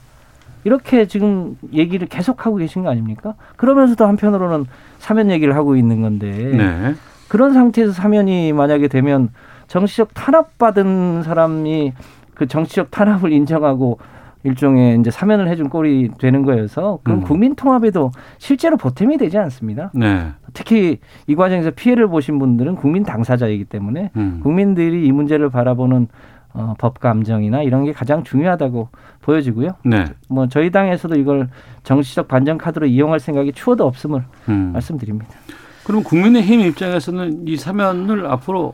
[SPEAKER 5] 이렇게 지금 얘기를 계속하고 계신 거 아닙니까? 그러면서도 한편으로는 사면 얘기를 하고 있는 건데
[SPEAKER 2] 네.
[SPEAKER 5] 그런 상태에서 사면이 만약에 되면 정치적 탄압받은 사람이 그 정치적 탄압을 인정하고 일종의 이제 사면을 해준 꼴이 되는 거여서 그건
[SPEAKER 2] 음.
[SPEAKER 5] 국민 통합에도 실제로 보탬이 되지 않습니다.
[SPEAKER 2] 네.
[SPEAKER 5] 특히 이 과정에서 피해를 보신 분들은 국민 당사자이기 때문에
[SPEAKER 2] 음.
[SPEAKER 5] 국민들이 이 문제를 바라보는 어, 법 감정이나 이런 게 가장 중요하다고 보여지고요.
[SPEAKER 2] 네.
[SPEAKER 5] 뭐 저희 당에서도 이걸 정치적 반전 카드로 이용할 생각이 추호도 없음을
[SPEAKER 2] 음.
[SPEAKER 5] 말씀드립니다.
[SPEAKER 2] 그럼 국민의힘 입장에서는 이 사면을 앞으로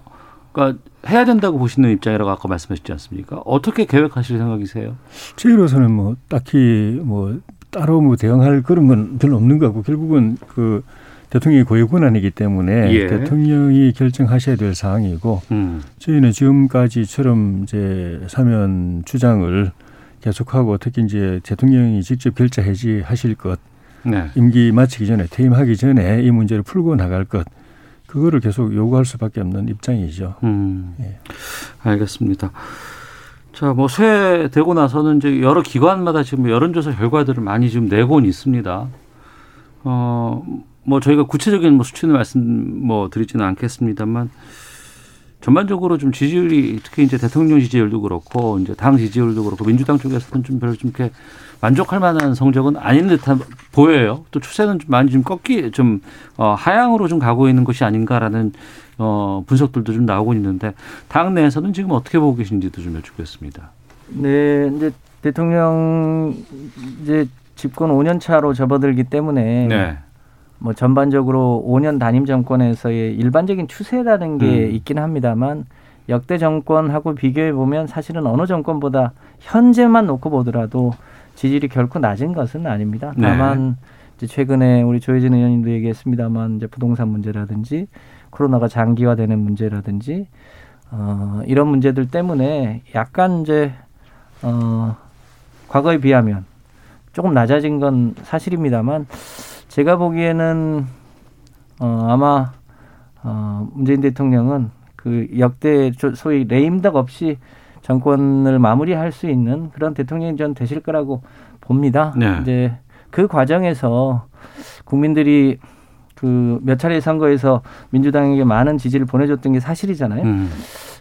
[SPEAKER 2] 그러니까 해야 된다고 보시는 입장이라고 아까 말씀하셨지 않습니까? 어떻게 계획하실 생각이세요?
[SPEAKER 6] 저희로서는 뭐 딱히 뭐 따로 뭐 대응할 그런 건 별로 없는 것 같고 결국은 그 대통령의 고유 권한이기 때문에
[SPEAKER 2] 예.
[SPEAKER 6] 대통령이 결정하셔야 될 사항이고
[SPEAKER 2] 음.
[SPEAKER 6] 저희는 지금까지처럼 이제 사면 주장을 계속하고 특히 이제 대통령이 직접 결자 해지하실 것
[SPEAKER 2] 네.
[SPEAKER 6] 임기 마치기 전에 퇴임하기 전에 이 문제를 풀고 나갈 것 그거를 계속 요구할 수밖에 없는 입장이죠.
[SPEAKER 2] 음.
[SPEAKER 6] 예.
[SPEAKER 2] 알겠습니다. 자, 뭐, 쇠 되고 나서는 이제 여러 기관마다 지금 여론조사 결과들을 많이 지금 내고는 있습니다. 어, 뭐, 저희가 구체적인 뭐 수치는 말씀 뭐 드리지는 않겠습니다만, 전반적으로 좀 지지율이, 특히 이제 대통령 지지율도 그렇고, 이제 당 지지율도 그렇고, 민주당 쪽에서는 좀 별로 좀 이렇게 만족할 만한 성적은 아닌 듯한 보여요. 또 추세는 좀 많이 좀 꺾기, 좀, 어, 하향으로 좀 가고 있는 것이 아닌가라는 어, 분석들도 좀 나오고 있는데 당내에서는 지금 어떻게 보고 계신지도 좀 여쭙겠습니다.
[SPEAKER 5] 네, 이제 대통령 이제 집권 5년 차로 접어들기 때문에
[SPEAKER 2] 네.
[SPEAKER 5] 뭐 전반적으로 5년 단임 정권에서의 일반적인 추세라는 게
[SPEAKER 2] 음.
[SPEAKER 5] 있긴 합니다만 역대 정권하고 비교해 보면 사실은 어느 정권보다 현재만 놓고 보더라도 지지율이 결코 낮은 것은 아닙니다.
[SPEAKER 2] 네.
[SPEAKER 5] 다만 이제 최근에 우리 조혜진 의원님도 얘기했습니다만 이제 부동산 문제라든지 코로나가 장기화되는 문제라든지 어, 이런 문제들 때문에 약간 이제 어, 과거에 비하면 조금 낮아진 건 사실입니다만 제가 보기에는 어, 아마 어, 문재인 대통령은 그 역대 조- 소위 레임덕 없이 정권을 마무리할 수 있는 그런 대통령이 전 되실 거라고 봅니다.
[SPEAKER 2] 네.
[SPEAKER 5] 이제 그 과정에서 국민들이 그 몇 차례 선거에서 민주당에게 많은 지지를 보내줬던 게 사실이잖아요.
[SPEAKER 2] 음.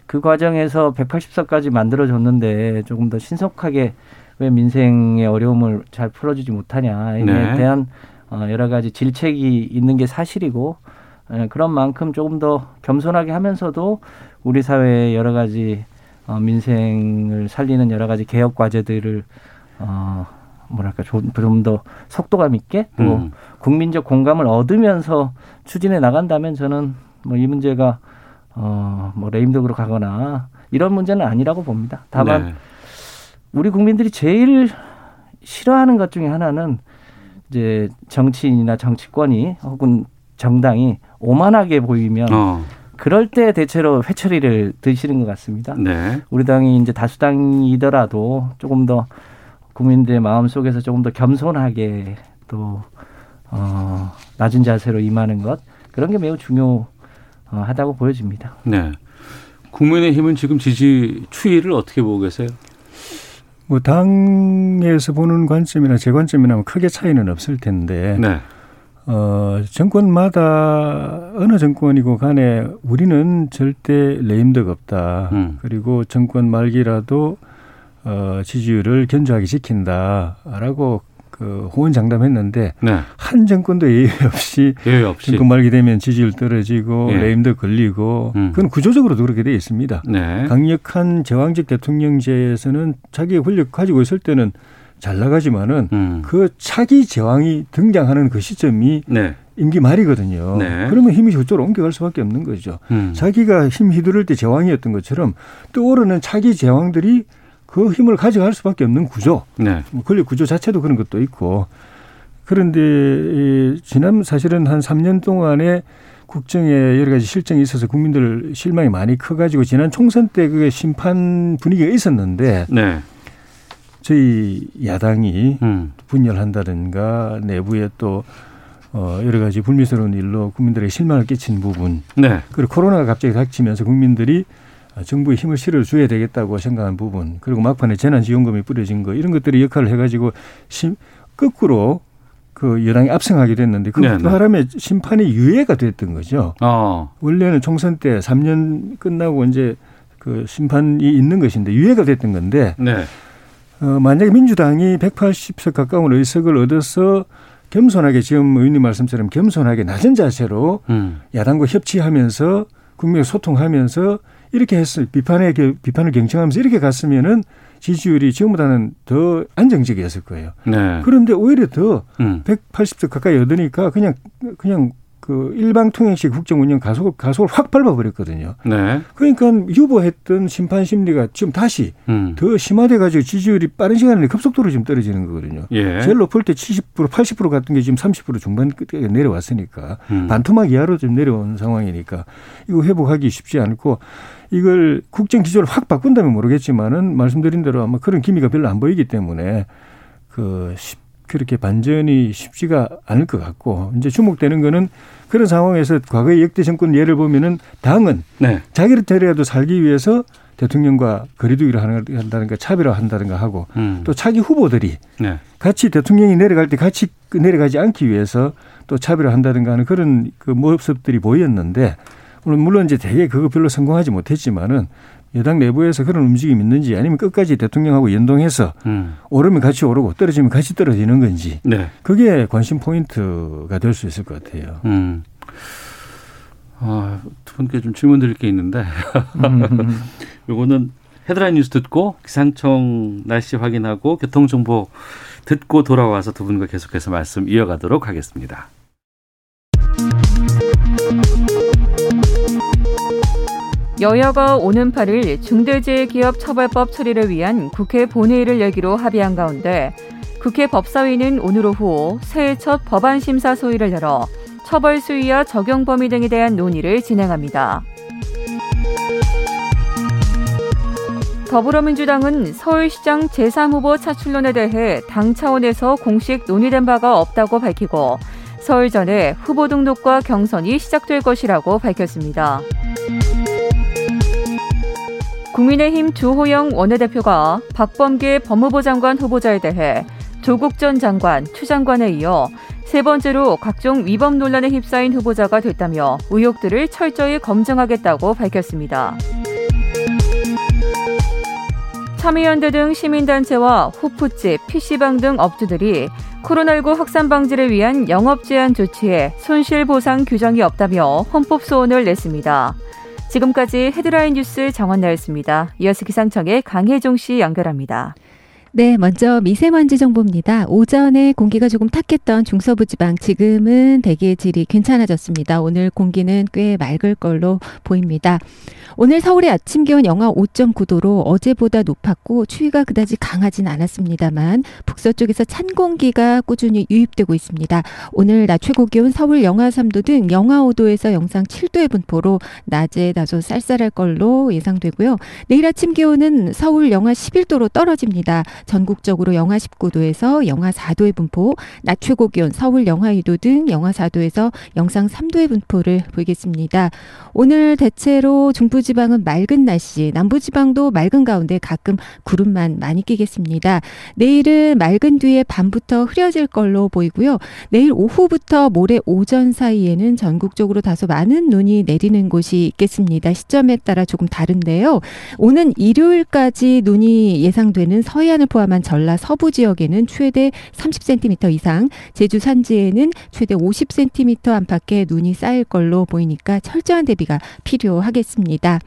[SPEAKER 5] 그 과정에서 180석까지 만들어줬는데 조금 더 신속하게 왜 민생의 어려움을 잘 풀어주지 못하냐에
[SPEAKER 2] 네.
[SPEAKER 5] 대한 어, 여러 가지 질책이 있는 게 사실이고 에, 그런 만큼 조금 더 겸손하게 하면서도 우리 사회의 여러 가지 어, 민생을 살리는 여러 가지 개혁 과제들을 어, 뭐랄까 좀 더 속도감 있게 또
[SPEAKER 2] 음.
[SPEAKER 5] 국민적 공감을 얻으면서 추진해 나간다면 저는 뭐 이 문제가 어뭐 레임덕으로 가거나 이런 문제는 아니라고 봅니다. 다만
[SPEAKER 2] 네.
[SPEAKER 5] 우리 국민들이 제일 싫어하는 것 중에 하나는 이제 정치인이나 정치권이 혹은 정당이 오만하게 보이면
[SPEAKER 2] 어.
[SPEAKER 5] 그럴 때 대체로 회초리를 드시는 것 같습니다.
[SPEAKER 2] 네.
[SPEAKER 5] 우리 당이 이제 다수당이더라도 조금 더 국민들의 마음 속에서 조금 더 겸손하게 또 어, 낮은 자세로 임하는 것 그런 게 매우 중요하다고 보여집니다.
[SPEAKER 2] 네. 국민의힘은 지금 지지 추이를 어떻게 보고 계세요?
[SPEAKER 6] 뭐 당에서 보는 관점이나 제 관점이나 뭐 크게 차이는 없을 텐데
[SPEAKER 2] 네.
[SPEAKER 6] 어, 정권마다 어느 정권이고 간에 우리는 절대 레임덕 없다.
[SPEAKER 2] 음.
[SPEAKER 6] 그리고 정권 말기라도 어, 지지율을 견조하게 지킨다라고 그 호언장담했는데
[SPEAKER 2] 네.
[SPEAKER 6] 한 정권도 예외 없이
[SPEAKER 2] 예외 없이.
[SPEAKER 6] 정권 말기 되면 지지율 떨어지고
[SPEAKER 2] 예.
[SPEAKER 6] 레임덕 걸리고
[SPEAKER 2] 음.
[SPEAKER 6] 그건 구조적으로도 그렇게 돼 있습니다.
[SPEAKER 2] 네.
[SPEAKER 6] 강력한 제왕적 대통령제에서는 자기 권력 가지고 있을 때는 잘 나가지만은
[SPEAKER 2] 음.
[SPEAKER 6] 그 차기 제왕이 등장하는 그 시점이
[SPEAKER 2] 네.
[SPEAKER 6] 임기 말이거든요.
[SPEAKER 2] 네.
[SPEAKER 6] 그러면 힘이 저쪽으로 옮겨갈 수밖에 없는 거죠.
[SPEAKER 2] 음.
[SPEAKER 6] 자기가 힘 휘두를 때 제왕이었던 것처럼 떠오르는 차기 제왕들이 그 힘을 가져갈 수밖에 없는 구조,
[SPEAKER 2] 네.
[SPEAKER 6] 뭐 권력 구조 자체도 그런 것도 있고. 그런데 이 지난 사실은 한 3년 동안에 국정에 여러 가지 실정이 있어서 국민들 실망이 많이 커가지고 지난 총선 때 그게 심판 분위기가 있었는데
[SPEAKER 2] 네.
[SPEAKER 6] 저희 야당이
[SPEAKER 2] 음.
[SPEAKER 6] 분열한다든가 내부에 또 어, 여러 가지 불미스러운 일로 국민들에게 실망을 끼친 부분
[SPEAKER 2] 네.
[SPEAKER 6] 그리고 코로나가 갑자기 닥치면서 국민들이 정부에 힘을 실어줘야 되겠다고 생각한 부분 그리고 막판에 재난지원금이 뿌려진 거 이런 것들이 역할을 해가지고 심, 거꾸로 그 여당이 압승하게 됐는데 그
[SPEAKER 2] 네, 네.
[SPEAKER 6] 바람에 심판이 유예가 됐던 거죠.
[SPEAKER 2] 어.
[SPEAKER 6] 원래는 총선 때 3년 끝나고 이제 그 심판이 있는 것인데 유예가 됐던 건데
[SPEAKER 2] 네.
[SPEAKER 6] 어, 만약에 민주당이 180석 가까운 의석을 얻어서 겸손하게 지금 의원님 말씀처럼 겸손하게 낮은 자세로
[SPEAKER 2] 음.
[SPEAKER 6] 야당과 협치하면서 국민과 소통하면서 이렇게 했을 비판에 겨- 비판을 경청하면서 이렇게 갔으면은 지지율이 지금보다는 더 안정적이었을 거예요.
[SPEAKER 2] 네.
[SPEAKER 6] 그런데 오히려 더
[SPEAKER 2] 음.
[SPEAKER 6] 180석 가까이 얻으니까 그냥 그냥 그 일방통행식 국정 운영 가속을 가속을 확 밟아버렸거든요.
[SPEAKER 2] 네.
[SPEAKER 6] 그러니까 유보했던 심판 심리가 지금 다시
[SPEAKER 2] 음.
[SPEAKER 6] 더 심화돼 가지고 지지율이 빠른 시간 안에 급속도로 지금 떨어지는 거거든요.
[SPEAKER 2] 예.
[SPEAKER 6] 제일 높을 때 70% 80% 같은 게 지금 30% 중반 끝에 내려왔으니까
[SPEAKER 2] 음.
[SPEAKER 6] 반토막 이하로 좀 내려온 상황이니까 이거 회복하기 쉽지 않고 이걸 국정 기조를 확 바꾼다면 모르겠지만은 말씀드린 대로 아마 그런 기미가 별로 안 보이기 때문에 그 쉽- 그렇게 반전이 쉽지가 않을 것 같고 이제 주목되는 거는 그런 상황에서 과거의 역대 정권 예를 보면은 당은
[SPEAKER 2] 네.
[SPEAKER 6] 자기를 데려라도 살기 위해서 대통령과 거리두기를 하는- 한다든가 차별화 한다든가 하고
[SPEAKER 2] 음.
[SPEAKER 6] 또 차기 후보들이
[SPEAKER 2] 네.
[SPEAKER 6] 같이 대통령이 내려갈 때 같이 그 내려가지 않기 위해서 또 차별화 한다든가 하는 그런 그 모습들이 보였는데 물론 물론 이제 되게 그거 별로 성공하지 못했지만은 여당 내부에서 그런 움직임이 있는지 아니면 끝까지 대통령하고 연동해서
[SPEAKER 2] 음.
[SPEAKER 6] 오르면 같이 오르고 떨어지면 같이 떨어지는 건지
[SPEAKER 2] 네.
[SPEAKER 6] 그게 관심 포인트가 될 수 있을 것 같아요.
[SPEAKER 2] 음. 음. 아, 두 분께 좀 질문 드릴 게 있는데. 요거는 헤드라인 뉴스 듣고 기상청 날씨 확인하고 교통정보 듣고 돌아와서 두 분과 계속해서 말씀 이어가도록 하겠습니다.
[SPEAKER 7] 여야가 오는 8일 중대재해기업처벌법 처리를 위한 국회 본회의를 열기로 합의한 가운데 국회 법사위는 오늘 오후 새해 첫 법안 심사 소위를 열어 처벌 수위와 적용 범위 등에 대한 논의를 진행합니다. 더불어민주당은 서울시장 제3후보 차출론에 대해 당 차원에서 공식 논의된 바가 없다고 밝히고 서울전에 후보 등록과 경선이 시작될 것이라고 밝혔습니다. 국민의힘 주호영 원내대표가 박범계 법무부 장관 후보자에 대해 조국 전 장관, 추 장관에 이어 세 번째로 각종 위법 논란에 휩싸인 후보자가 됐다며 의혹들을 철저히 검증하겠다고 밝혔습니다. 참여연대 등 시민단체와 호프집, PC방 등 업주들이 코로나19 확산 방지를 위한 영업 제한 조치에 손실보상 규정이 없다며 헌법 소원을 냈습니다. 지금까지 헤드라인 뉴스 정원나였습니다. 이어서 기상청의 강혜종 씨 연결합니다.
[SPEAKER 5] 네, 먼저 미세먼지 정보입니다. 오전에 공기가 조금 탁했던 중서부 지방 지금은 대기의 질이 괜찮아졌습니다. 오늘 공기는 꽤 맑을 걸로 보입니다. 오늘 서울의 아침 기온 영하 5.9도로 어제보다 높았고 추위가 그다지 강하진 않았습니다만 북서쪽에서 찬 공기가 꾸준히 유입되고 있습니다. 오늘 낮 최고 기온 서울 영하 3도 등 영하 5도에서 영상 7도의 분포로 낮에 다소 쌀쌀할 걸로 예상되고요. 내일 아침 기온은 서울 영하 11도로 떨어집니다. 전국적으로 영하 19도에서 영하 4도의 분포, 낮 최고 기온 서울 영하 2도 등 영하 4도에서 영상 3도의 분포를 보이겠습니다. 오늘 대체로 중부지방은 맑은 날씨, 남부지방도 맑은 가운데 가끔 구름만 많이 끼겠습니다. 내일은 맑은 뒤에 밤부터 흐려질 걸로 보이고요. 내일 오후부터 모레 오전 사이에는 전국적으로 다소 많은 눈이 내리는 곳이 있겠습니다. 시점에 따라 조금 다른데요. 오는 일요일까지 눈이 예상되는 서해안을 포함한 전라 서부 지역에는 최대 30cm 이상, 제주 산지에는 최대 50cm 안팎의 눈이 쌓일 걸로 보이니까 철저한 대비가 필요하겠습니다.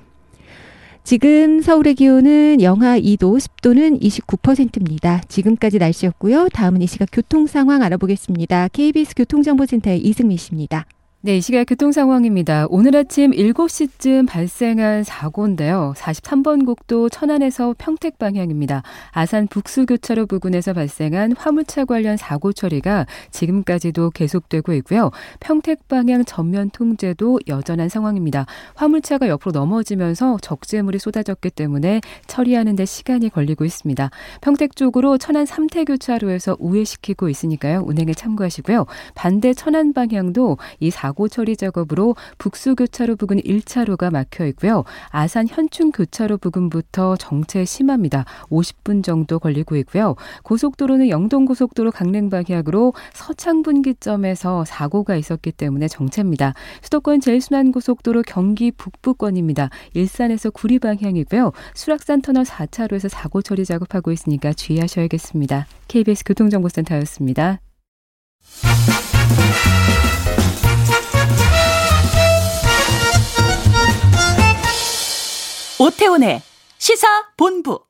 [SPEAKER 5] 지금 서울의 기온은 영하 2도, 습도는 29%입니다. 지금까지 날씨였고요. 다음은 이 시각 교통 상황 알아보겠습니다. KBS 교통정보센터의 이승미 씨입니다.
[SPEAKER 6] 네, 이 시각 교통 상황입니다. 오늘 아침 7시쯤 발생한 사고인데요. 43번 국도 천안에서 평택 방향입니다. 아산 북수교차로 부근에서 발생한 화물차 관련 사고 처리가 지금까지도 계속되고 있고요. 평택 방향 전면 통제도 여전한 상황입니다. 화물차가 옆으로 넘어지면서 적재물이 쏟아졌기 때문에 처리하는 데 시간이 걸리고 있습니다. 평택 쪽으로 천안 삼태교차로에서 우회시키고 있으니까요. 운행에 참고하시고요. 반대 천안 방향도 이 사고 사고 처리 작업으로 북수교차로 부근 1차로가 막혀 있고요. 아산 현충교차로 부근부터 정체 심합니다. 50분 정도 걸리고 있고요. 고속도로는 영동고속도로 강릉 방향으로 서창분기점에서 사고가 있었기 때문에 정체입니다. 수도권 제일순환고속도로 경기 북부권입니다. 일산에서 구리 방향이고요. 수락산 터널 4차로에서 사고 처리 작업하고 있으니까 주의하셔야겠습니다. KBS 교통정보센터였습니다.
[SPEAKER 8] 오태훈의 시사 본부.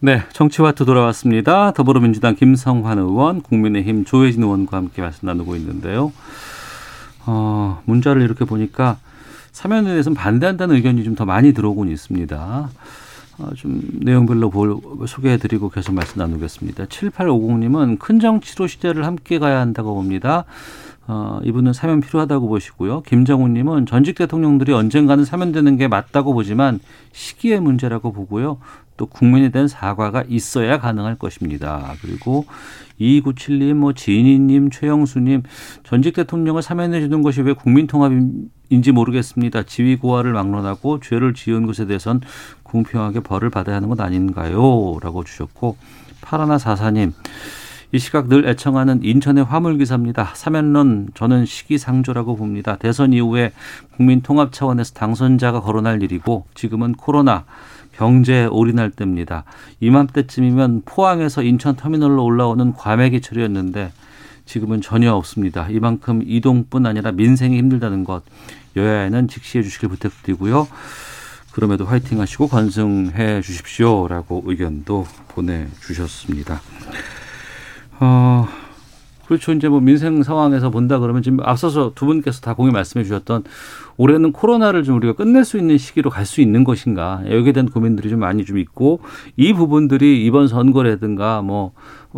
[SPEAKER 2] 네, 정치와트 돌아왔습니다. 더불어민주당 김성환 의원, 국민의힘 조혜진 의원과 함께 말씀 나누고 있는데요. 어, 문자를 이렇게 보니까 사면에 대해서는 반대한다는 의견이 좀 더 많이 들어오곤 있습니다. 어, 좀 내용별로 볼, 소개해드리고 계속 말씀 나누겠습니다. 7850님은 큰 정치로 시대를 함께 가야 한다고 봅니다. 어, 이분은 사면 필요하다고 보시고요. 김정우님은 전직 대통령들이 언젠가는 사면되는 게 맞다고 보지만 시기의 문제라고 보고요. 또 국민에 대한 사과가 있어야 가능할 것입니다. 그리고 2297님, 뭐 지인님, 최영수님, 전직 대통령을 사면해 주는 것이 왜 국민통합인지 모르겠습니다. 지위고하를 막론하고 죄를 지은 것에 대해선 공평하게 벌을 받아야 하는 것 아닌가요? 라고 주셨고, 파라나 사사님, 이 시각 늘 애청하는 인천의 화물기사입니다. 사면론 저는 시기상조라고 봅니다. 대선 이후에 국민 통합 차원에서 당선자가 거론할 일이고 지금은 코로나 경제에 올인할 때입니다. 이맘때쯤이면 포항에서 인천 터미널로 올라오는 과메기철이었는데 지금은 전혀 없습니다. 이만큼 이동뿐 아니라 민생이 힘들다는 것 여야에는 직시해 주시길 부탁드리고요. 그럼에도 화이팅 하시고 관승해 주십시오라고 의견도 보내주셨습니다. 어, 그렇죠. 이제 뭐 민생 상황에서 본다 그러면 지금 앞서서 두 분께서 다 공히 말씀해 주셨던 올해는 코로나를 좀 우리가 끝낼 수 있는 시기로 갈 수 있는 것인가 여기에 대한 고민들이 좀 많이 좀 있고 이 부분들이 이번 선거라든가 뭐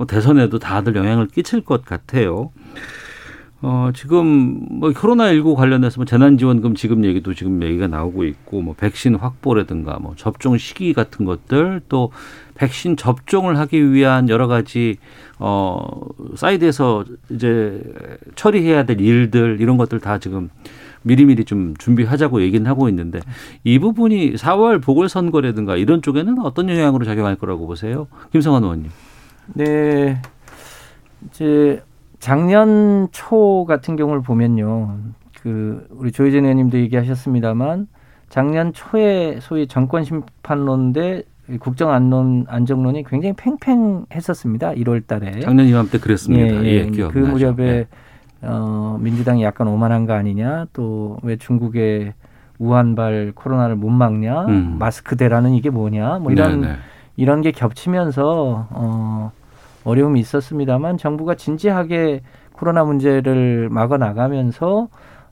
[SPEAKER 2] 대선에도 다들 영향을 끼칠 것 같아요. 어, 지금 뭐 코로나19 관련해서 뭐 재난지원금 지급 얘기도 지금 얘기가 나오고 있고 뭐 백신 확보라든가 뭐 접종 시기 같은 것들 또 백신 접종을 하기 위한 여러 가지 어 사이드에서 이제 처리해야 될 일들 이런 것들 다 지금 미리미리 좀 준비하자고 얘기는 하고 있는데 이 부분이 4월 보궐선거라든가 이런 쪽에는 어떤 영향으로 작용할 거라고 보세요? 김성환 의원님.
[SPEAKER 5] 네. 이제 작년 초 같은 경우를 보면요. 그 우리 조혜진 의원님도 얘기하셨습니다만 작년 초에 소위 정권 심판론 대 국정 안론 안정론이 굉장히 팽팽했었습니다. 1월 달에.
[SPEAKER 2] 작년 이맘때 그랬습니다. 예,
[SPEAKER 5] 네? 그
[SPEAKER 2] 기억나죠.
[SPEAKER 5] 무렵에
[SPEAKER 2] 예.
[SPEAKER 5] 어, 민주당이 약간 오만한 거 아니냐? 또 왜 중국의 우한발 코로나를 못 막냐?
[SPEAKER 2] 음.
[SPEAKER 5] 마스크 대라는 이게 뭐냐? 뭐 이런
[SPEAKER 2] 네네.
[SPEAKER 5] 이런 게 겹치면서 어, 어려움이 있었습니다만 정부가 진지하게 코로나 문제를 막아 나가면서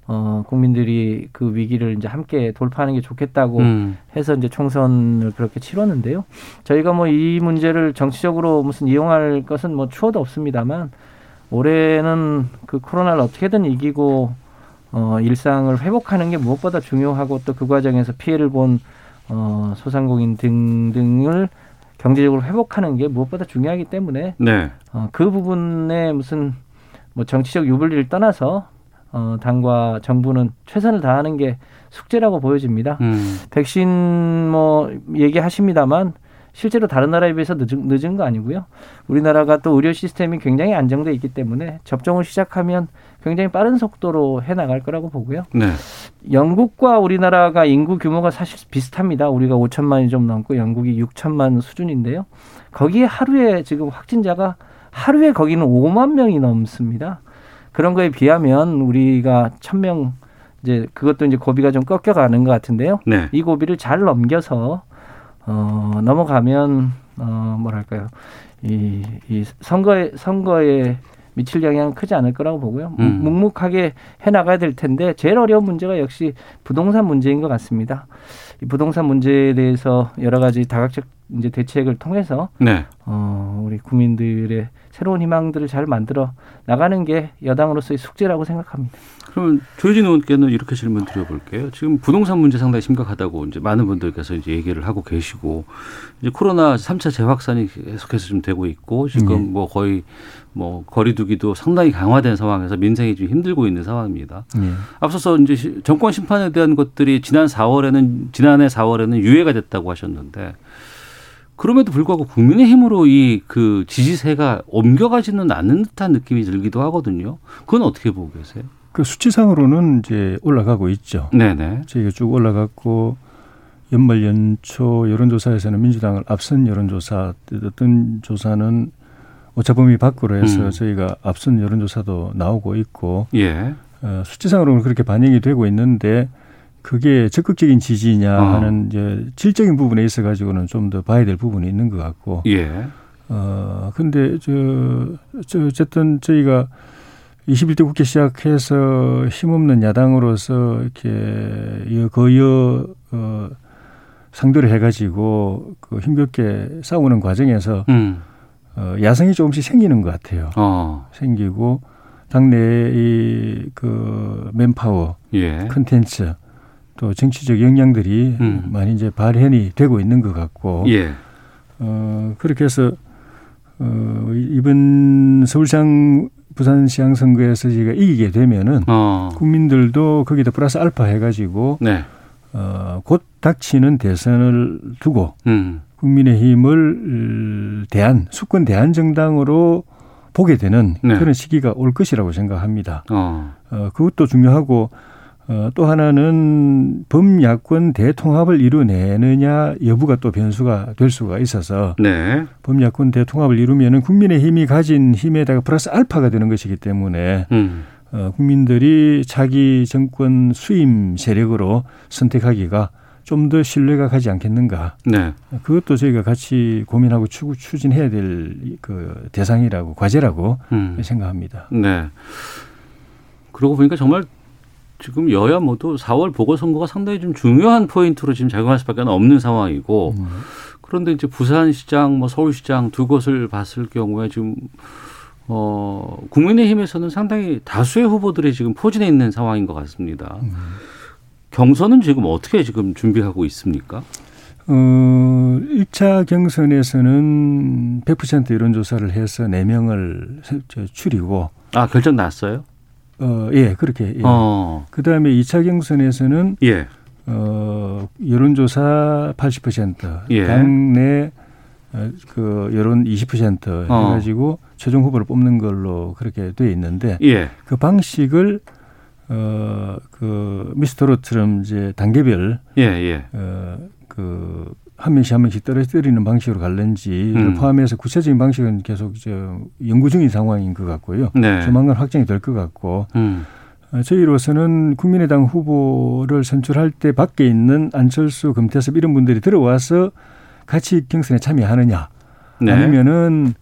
[SPEAKER 5] 어, 국민들이 그 위기를 이제 함께 돌파하는 게 좋겠다고
[SPEAKER 2] 음.
[SPEAKER 5] 해서 이제 총선을 그렇게 치렀는데요. 저희가 뭐 이 문제를 정치적으로 무슨 이용할 것은 뭐 추호도 없습니다만 올해는 그 코로나를 어떻게든 이기고 어, 일상을 회복하는 게 무엇보다 중요하고 또 그 과정에서 피해를 본 어, 소상공인 등등을 경제적으로 회복하는 게 무엇보다 중요하기 때문에
[SPEAKER 2] 네.
[SPEAKER 5] 어, 그 부분에 무슨 뭐 정치적 유불리를 떠나서 어, 당과 정부는 최선을 다하는 게 숙제라고 보여집니다.
[SPEAKER 2] 음.
[SPEAKER 5] 백신 뭐 얘기하십니다만 실제로 다른 나라에 비해서 늦은, 늦은 거 아니고요. 우리나라가 또 의료 시스템이 굉장히 안정돼 있기 때문에 접종을 시작하면 굉장히 빠른 속도로 해 나갈 거라고 보고요.
[SPEAKER 2] 네.
[SPEAKER 5] 영국과 우리나라가 인구 규모가 사실 비슷합니다. 우리가 5천만이 좀 넘고 영국이 6천만 수준인데요. 거기에 하루에 지금 확진자가 하루에 거기는 5만 명이 넘습니다. 그런 거에 비하면 우리가 1,000명 이제 그것도 이제 고비가 좀 꺾여가는 것 같은데요.
[SPEAKER 2] 네.
[SPEAKER 5] 이 고비를 잘 넘겨서 어 넘어가면 어 뭐랄까요 이, 이 선거에 선거에 미칠 영향은 크지 않을 거라고 보고요. 묵-
[SPEAKER 2] 음.
[SPEAKER 5] 묵묵하게 해 나가야 될 텐데 제일 어려운 문제가 역시 부동산 문제인 것 같습니다. 이 부동산 문제에 대해서 여러 가지 다각적 이제 대책을 통해서
[SPEAKER 2] 네.
[SPEAKER 5] 어, 우리 국민들의 새로운 희망들을 잘 만들어 나가는 게 여당으로서의 숙제라고 생각합니다.
[SPEAKER 2] 그러면 조혜진 의원께는 이렇게 질문 드려볼게요. 지금 부동산 문제 상당히 심각하다고 이제 많은 분들께서 이제 얘기를 하고 계시고 이제 코로나 삼차 재확산이 계속해서 좀 되고 있고 지금
[SPEAKER 6] 예.
[SPEAKER 2] 뭐 거의 뭐 거리두기도 상당히 강화된 상황에서 민생이 좀 힘들고 있는 상황입니다.
[SPEAKER 6] 예.
[SPEAKER 2] 앞서서 이제 시- 정권 심판에 대한 것들이 지난 4월에는 지난해 4월에는 유예가 됐다고 하셨는데 그럼에도 불구하고 국민의힘으로 이 그 지지세가 옮겨가지는 않는 듯한 느낌이 들기도 하거든요. 그건 어떻게 보고 계세요?
[SPEAKER 6] 그 수치상으로는 이제 올라가고 있죠.
[SPEAKER 2] 네네.
[SPEAKER 6] 저희가 쭉 올라갔고 연말 연초 여론조사에서는 민주당을 앞선 여론조사 어떤 조사는 오차범위 밖으로 해서
[SPEAKER 2] 음.
[SPEAKER 6] 저희가 앞선 여론조사도 나오고 있고
[SPEAKER 2] 예.
[SPEAKER 6] 어, 수치상으로는 그렇게 반영이 되고 있는데 그게 적극적인 지지냐
[SPEAKER 2] 어.
[SPEAKER 6] 하는 이제 질적인 부분에 있어 가지고는 좀 더 봐야 될 부분이 있는 것 같고
[SPEAKER 2] 예.
[SPEAKER 6] 어, 근데 저, 저 어쨌든 저희가 21대 국회 시작해서 힘없는 야당으로서 이렇게 여- 거여 어, 상대를 해가지고 그 힘겹게 싸우는 과정에서
[SPEAKER 2] 음.
[SPEAKER 6] 어, 야성이 조금씩 생기는 것 같아요.
[SPEAKER 2] 어.
[SPEAKER 6] 생기고 당내의 그 맨파워,
[SPEAKER 2] 예.
[SPEAKER 6] 컨텐츠 또 정치적 역량들이
[SPEAKER 2] 음.
[SPEAKER 6] 많이 이제 발현이 되고 있는 것 같고
[SPEAKER 2] 예.
[SPEAKER 6] 어, 그렇게 해서 어, 이번 서울시장 부산시장 선거에서 제가 이기게 되면은
[SPEAKER 2] 어.
[SPEAKER 6] 그 국민들도 거기다 플러스 알파 해가지고
[SPEAKER 2] 네.
[SPEAKER 6] 어, 곧 닥치는 대선을 두고
[SPEAKER 2] 음.
[SPEAKER 6] 국민의힘을 음, 대한 수권 대한 정당으로 보게 되는
[SPEAKER 2] 네.
[SPEAKER 6] 그런 시기가 올 것이라고 생각합니다.
[SPEAKER 2] 어.
[SPEAKER 6] 어, 그것도 중요하고 어, 또 하나는 범야권 대통합을 이루내느냐 여부가 또 변수가 될 수가 있어서
[SPEAKER 2] 네.
[SPEAKER 6] 범야권 대통합을 이루면은 국민의 힘이 가진 힘에다가 플러스 알파가 되는 것이기 때문에
[SPEAKER 2] 음.
[SPEAKER 6] 어, 국민들이 자기 정권 수임 세력으로 선택하기가 좀 더 신뢰가 가지 않겠는가.
[SPEAKER 2] 네.
[SPEAKER 6] 그것도 저희가 같이 고민하고 추, 추진해야 될 그 대상이라고 과제라고
[SPEAKER 2] 음.
[SPEAKER 6] 생각합니다.
[SPEAKER 2] 네. 그러고 보니까 정말 지금 여야 모두 4월 보궐선거가 상당히 좀 중요한 포인트로 지금 작용할 수밖에 없는 상황이고
[SPEAKER 6] 네.
[SPEAKER 2] 그런데 이제 부산시장, 뭐 서울시장 두 곳을 봤을 경우에 지금 어 국민의힘에서는 상당히 다수의 후보들이 지금 포진해 있는 상황인 것 같습니다.
[SPEAKER 6] 음.
[SPEAKER 2] 경선은 지금 어떻게 지금 준비하고 있습니까?
[SPEAKER 6] 어, 1차 경선에서는 100% 여론조사를 해서 4명을 추리고
[SPEAKER 2] 아 결정 났어요?
[SPEAKER 6] 어, 예, 그렇게. 예.
[SPEAKER 2] 어.
[SPEAKER 6] 그 다음에 2차 경선에서는
[SPEAKER 2] 예.
[SPEAKER 6] 어, 여론조사 80%,
[SPEAKER 2] 예.
[SPEAKER 6] 당내 어, 그 여론 20%
[SPEAKER 2] 어.
[SPEAKER 6] 해가지고 최종 후보를 뽑는 걸로 그렇게 돼 있는데
[SPEAKER 2] 예.
[SPEAKER 6] 그 방식을 어, 그 미스터로처럼 이제 단계별
[SPEAKER 2] 예, 예.
[SPEAKER 6] 어, 그 한 명씩 한 명씩 떨어뜨리는 방식으로 갈는지
[SPEAKER 2] 음.
[SPEAKER 6] 포함해서 구체적인 방식은 계속 저 연구 중인 상황인 것 같고요.
[SPEAKER 2] 네.
[SPEAKER 6] 조만간 확정이 될 것 같고
[SPEAKER 2] 음.
[SPEAKER 6] 어, 저희로서는 국민의당 후보를 선출할 때 밖에 있는 안철수, 금태섭 이런 분들이 들어와서 같이 경선에 참여하느냐
[SPEAKER 2] 네.
[SPEAKER 6] 아니면은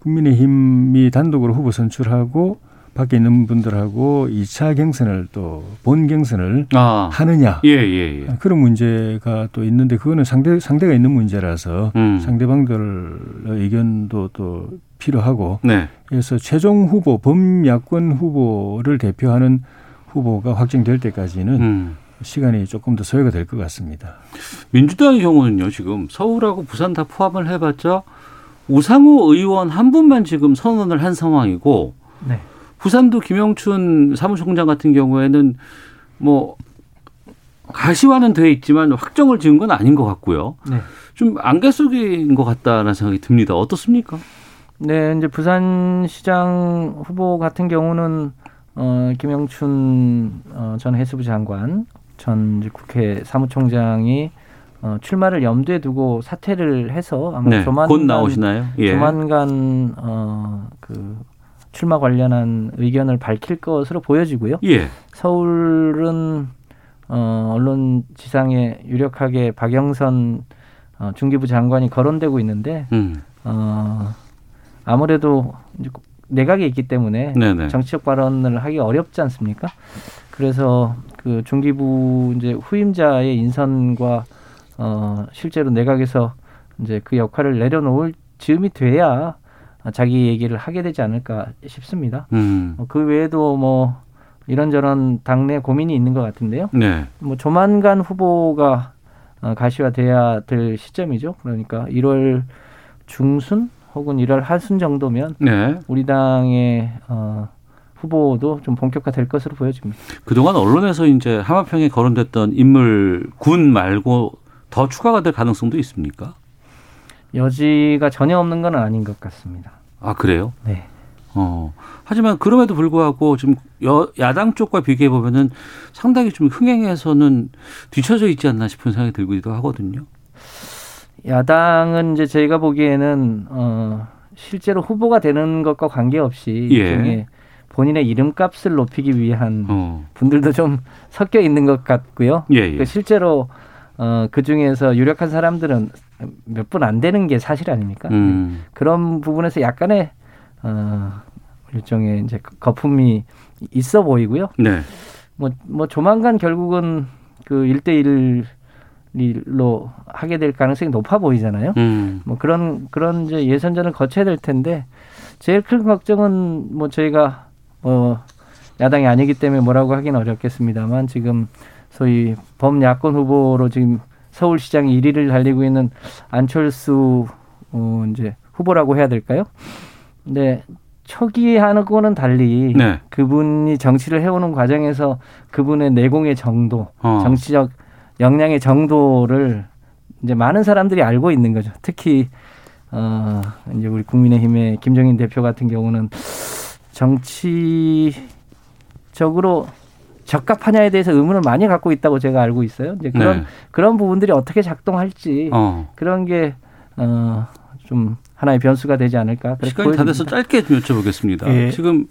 [SPEAKER 6] 국민의힘이 단독으로 후보 선출하고 밖에 있는 분들하고 2차 경선을 또 본 경선을
[SPEAKER 2] 아.
[SPEAKER 6] 하느냐
[SPEAKER 2] 예, 예, 예.
[SPEAKER 6] 그런 문제가 또 있는데 그거는 상대 상대가 있는 문제라서
[SPEAKER 2] 음.
[SPEAKER 6] 상대방들의 의견도 또 필요하고
[SPEAKER 2] 네.
[SPEAKER 6] 그래서 최종 후보 범야권 후보를 대표하는 후보가 확정될 때까지는
[SPEAKER 2] 음.
[SPEAKER 6] 시간이 조금 더 소요가 될 것 같습니다.
[SPEAKER 2] 민주당의 경우는요, 지금 서울하고 부산 다 포함을 해봤자 우상호 의원 한 분만 지금 선언을 한 상황이고,
[SPEAKER 5] 네.
[SPEAKER 2] 부산도 김영춘 사무총장 같은 경우에는 뭐 가시화는 돼 있지만 확정을 지은 건 아닌 것 같고요.
[SPEAKER 5] 네.
[SPEAKER 2] 좀 안개 속인 것 같다라는 생각이 듭니다. 어떻습니까?
[SPEAKER 5] 네, 이제 부산시장 후보 같은 경우는 어, 김영춘 어, 전 해수부 장관, 전 이제 국회 사무총장이 어, 출마를 염두에 두고 사퇴를 해서 아마
[SPEAKER 2] 네,
[SPEAKER 5] 조만간
[SPEAKER 2] 곧 나오시나요? 예.
[SPEAKER 5] 조만간 어, 그 출마 관련한 의견을 밝힐 것으로 보여지고요.
[SPEAKER 2] 예.
[SPEAKER 5] 서울은 어, 언론 지상에 유력하게 박영선 어, 중기부 장관이 거론되고 있는데
[SPEAKER 2] 음.
[SPEAKER 5] 어, 아무래도 이제 내각에 있기 때문에
[SPEAKER 2] 네네.
[SPEAKER 5] 정치적 발언을 하기 어렵지 않습니까? 그래서 그 중기부 이제 후임자의 인선과 어, 실제로 내각에서 이제 그 역할을 내려놓을 즈음이 돼야 자기 얘기를 하게 되지 않을까 싶습니다.
[SPEAKER 2] 음.
[SPEAKER 5] 어, 그 외에도 뭐 이런저런 당내 고민이 있는 것 같은데요.
[SPEAKER 2] 네.
[SPEAKER 5] 뭐 조만간 후보가 어, 가시화돼야 될 시점이죠. 그러니까 1월 중순 혹은 1월 하순 정도면
[SPEAKER 2] 네.
[SPEAKER 5] 우리 당의 어, 후보도 좀 본격화될 것으로 보여집니다.
[SPEAKER 2] 그동안 언론에서 이제 하마평에 거론됐던 인물 군 말고 더 추가가 될 가능성도 있습니까?
[SPEAKER 5] 여지가 전혀 없는 건 아닌 것 같습니다.
[SPEAKER 2] 아 그래요?
[SPEAKER 5] 네.
[SPEAKER 2] 어 하지만 그럼에도 불구하고 지금 여, 야당 쪽과 비교해 보면은 상당히 좀 흥행에서는 뒤처져 있지 않나 싶은 생각이 들기도 하거든요.
[SPEAKER 5] 야당은 이제 저희가 보기에는 어, 실제로 후보가 되는 것과 관계없이
[SPEAKER 2] 예.
[SPEAKER 5] 일종의 본인의 이름값을 높이기 위한
[SPEAKER 2] 어.
[SPEAKER 5] 분들도 좀 섞여 있는 것 같고요.
[SPEAKER 2] 예, 예.
[SPEAKER 5] 그 실제로 어, 그 중에서 유력한 사람들은 몇 분 안 되는 게 사실 아닙니까?
[SPEAKER 2] 음.
[SPEAKER 5] 그런 부분에서 약간의 어, 일종의 이제 거품이 있어 보이고요.
[SPEAKER 2] 네.
[SPEAKER 5] 뭐, 뭐 조만간 결국은 그일대일로 하게 될 가능성이 높아 보이잖아요.
[SPEAKER 2] 음.
[SPEAKER 5] 뭐 그런 그런 이제 예선전을 거쳐야 될 텐데 제일 큰 걱정은 뭐 저희가 뭐 야당이 아니기 때문에 뭐라고 하긴 어렵겠습니다만 지금 소위 범야권 후보로 지금 서울시장 1위를 달리고 있는 안철수 어 이제 후보라고 해야 될까요? 근데 초기에 하는거는 달리
[SPEAKER 2] 네.
[SPEAKER 5] 그분이 정치를 해오는 과정에서 그분의 내공의 정도,
[SPEAKER 2] 어.
[SPEAKER 5] 정치적 역량의 정도를 이제 많은 사람들이 알고 있는 거죠. 특히 어 이제 우리 국민의힘의 김정인 대표 같은 경우는 정치적으로 적합하냐에 대해서 의문을 많이 갖고 있다고 제가 알고 있어요. 이제 그런
[SPEAKER 2] 네.
[SPEAKER 5] 그런 부분들이 어떻게 작동할지
[SPEAKER 2] 어.
[SPEAKER 5] 그런 어, 게어좀 하나의 변수가 되지 않을까. 그렇게
[SPEAKER 2] 시간이 다
[SPEAKER 5] 보여집니다.
[SPEAKER 2] 돼서 짧게 좀 여쭤보겠습니다.
[SPEAKER 5] 예.
[SPEAKER 2] 지금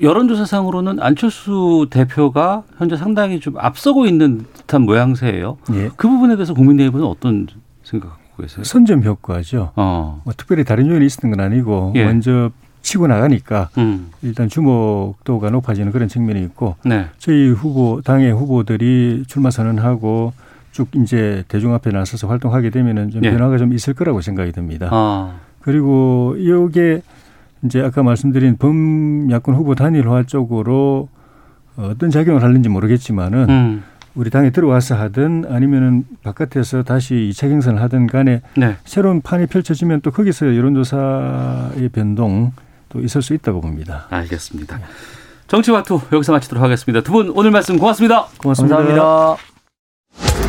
[SPEAKER 2] 여론조사상으로는 안철수 대표가 현재 상당히 좀 앞서고 있는 듯한 모양새예요.
[SPEAKER 6] 예.
[SPEAKER 2] 그 부분에 대해서 국민의힘은 어떤 생각 갖고 계세요?
[SPEAKER 6] 그 선점 효과죠.
[SPEAKER 2] 어.
[SPEAKER 6] 뭐 특별히 다른 요인이 있었던 건 아니고
[SPEAKER 2] 예.
[SPEAKER 6] 먼저 치고 나가니까
[SPEAKER 2] 음.
[SPEAKER 6] 일단 주목도가 높아지는 그런 측면이 있고
[SPEAKER 2] 네.
[SPEAKER 6] 저희 후보 당의 후보들이 출마 선언하고 쭉 이제 대중 앞에 나서서 활동하게 되면은 좀
[SPEAKER 2] 예.
[SPEAKER 6] 변화가 좀 있을 거라고 생각이 듭니다.
[SPEAKER 2] 아.
[SPEAKER 6] 그리고 이게 이제 아까 말씀드린 범야권 후보 단일화 쪽으로 어떤 작용을 하는지 모르겠지만은
[SPEAKER 2] 음.
[SPEAKER 6] 우리 당에 들어와서 하든 아니면은 바깥에서 다시 이차 경선을 하든 간에
[SPEAKER 2] 네.
[SPEAKER 6] 새로운 판이 펼쳐지면 또 거기서 여론조사의 변동 또 있을 수 있다고 봅니다.
[SPEAKER 2] 알겠습니다. 정치와투 여기서 마치도록 하겠습니다. 두 분 오늘 말씀 고맙습니다.
[SPEAKER 6] 고맙습니다.
[SPEAKER 5] 감사합니다.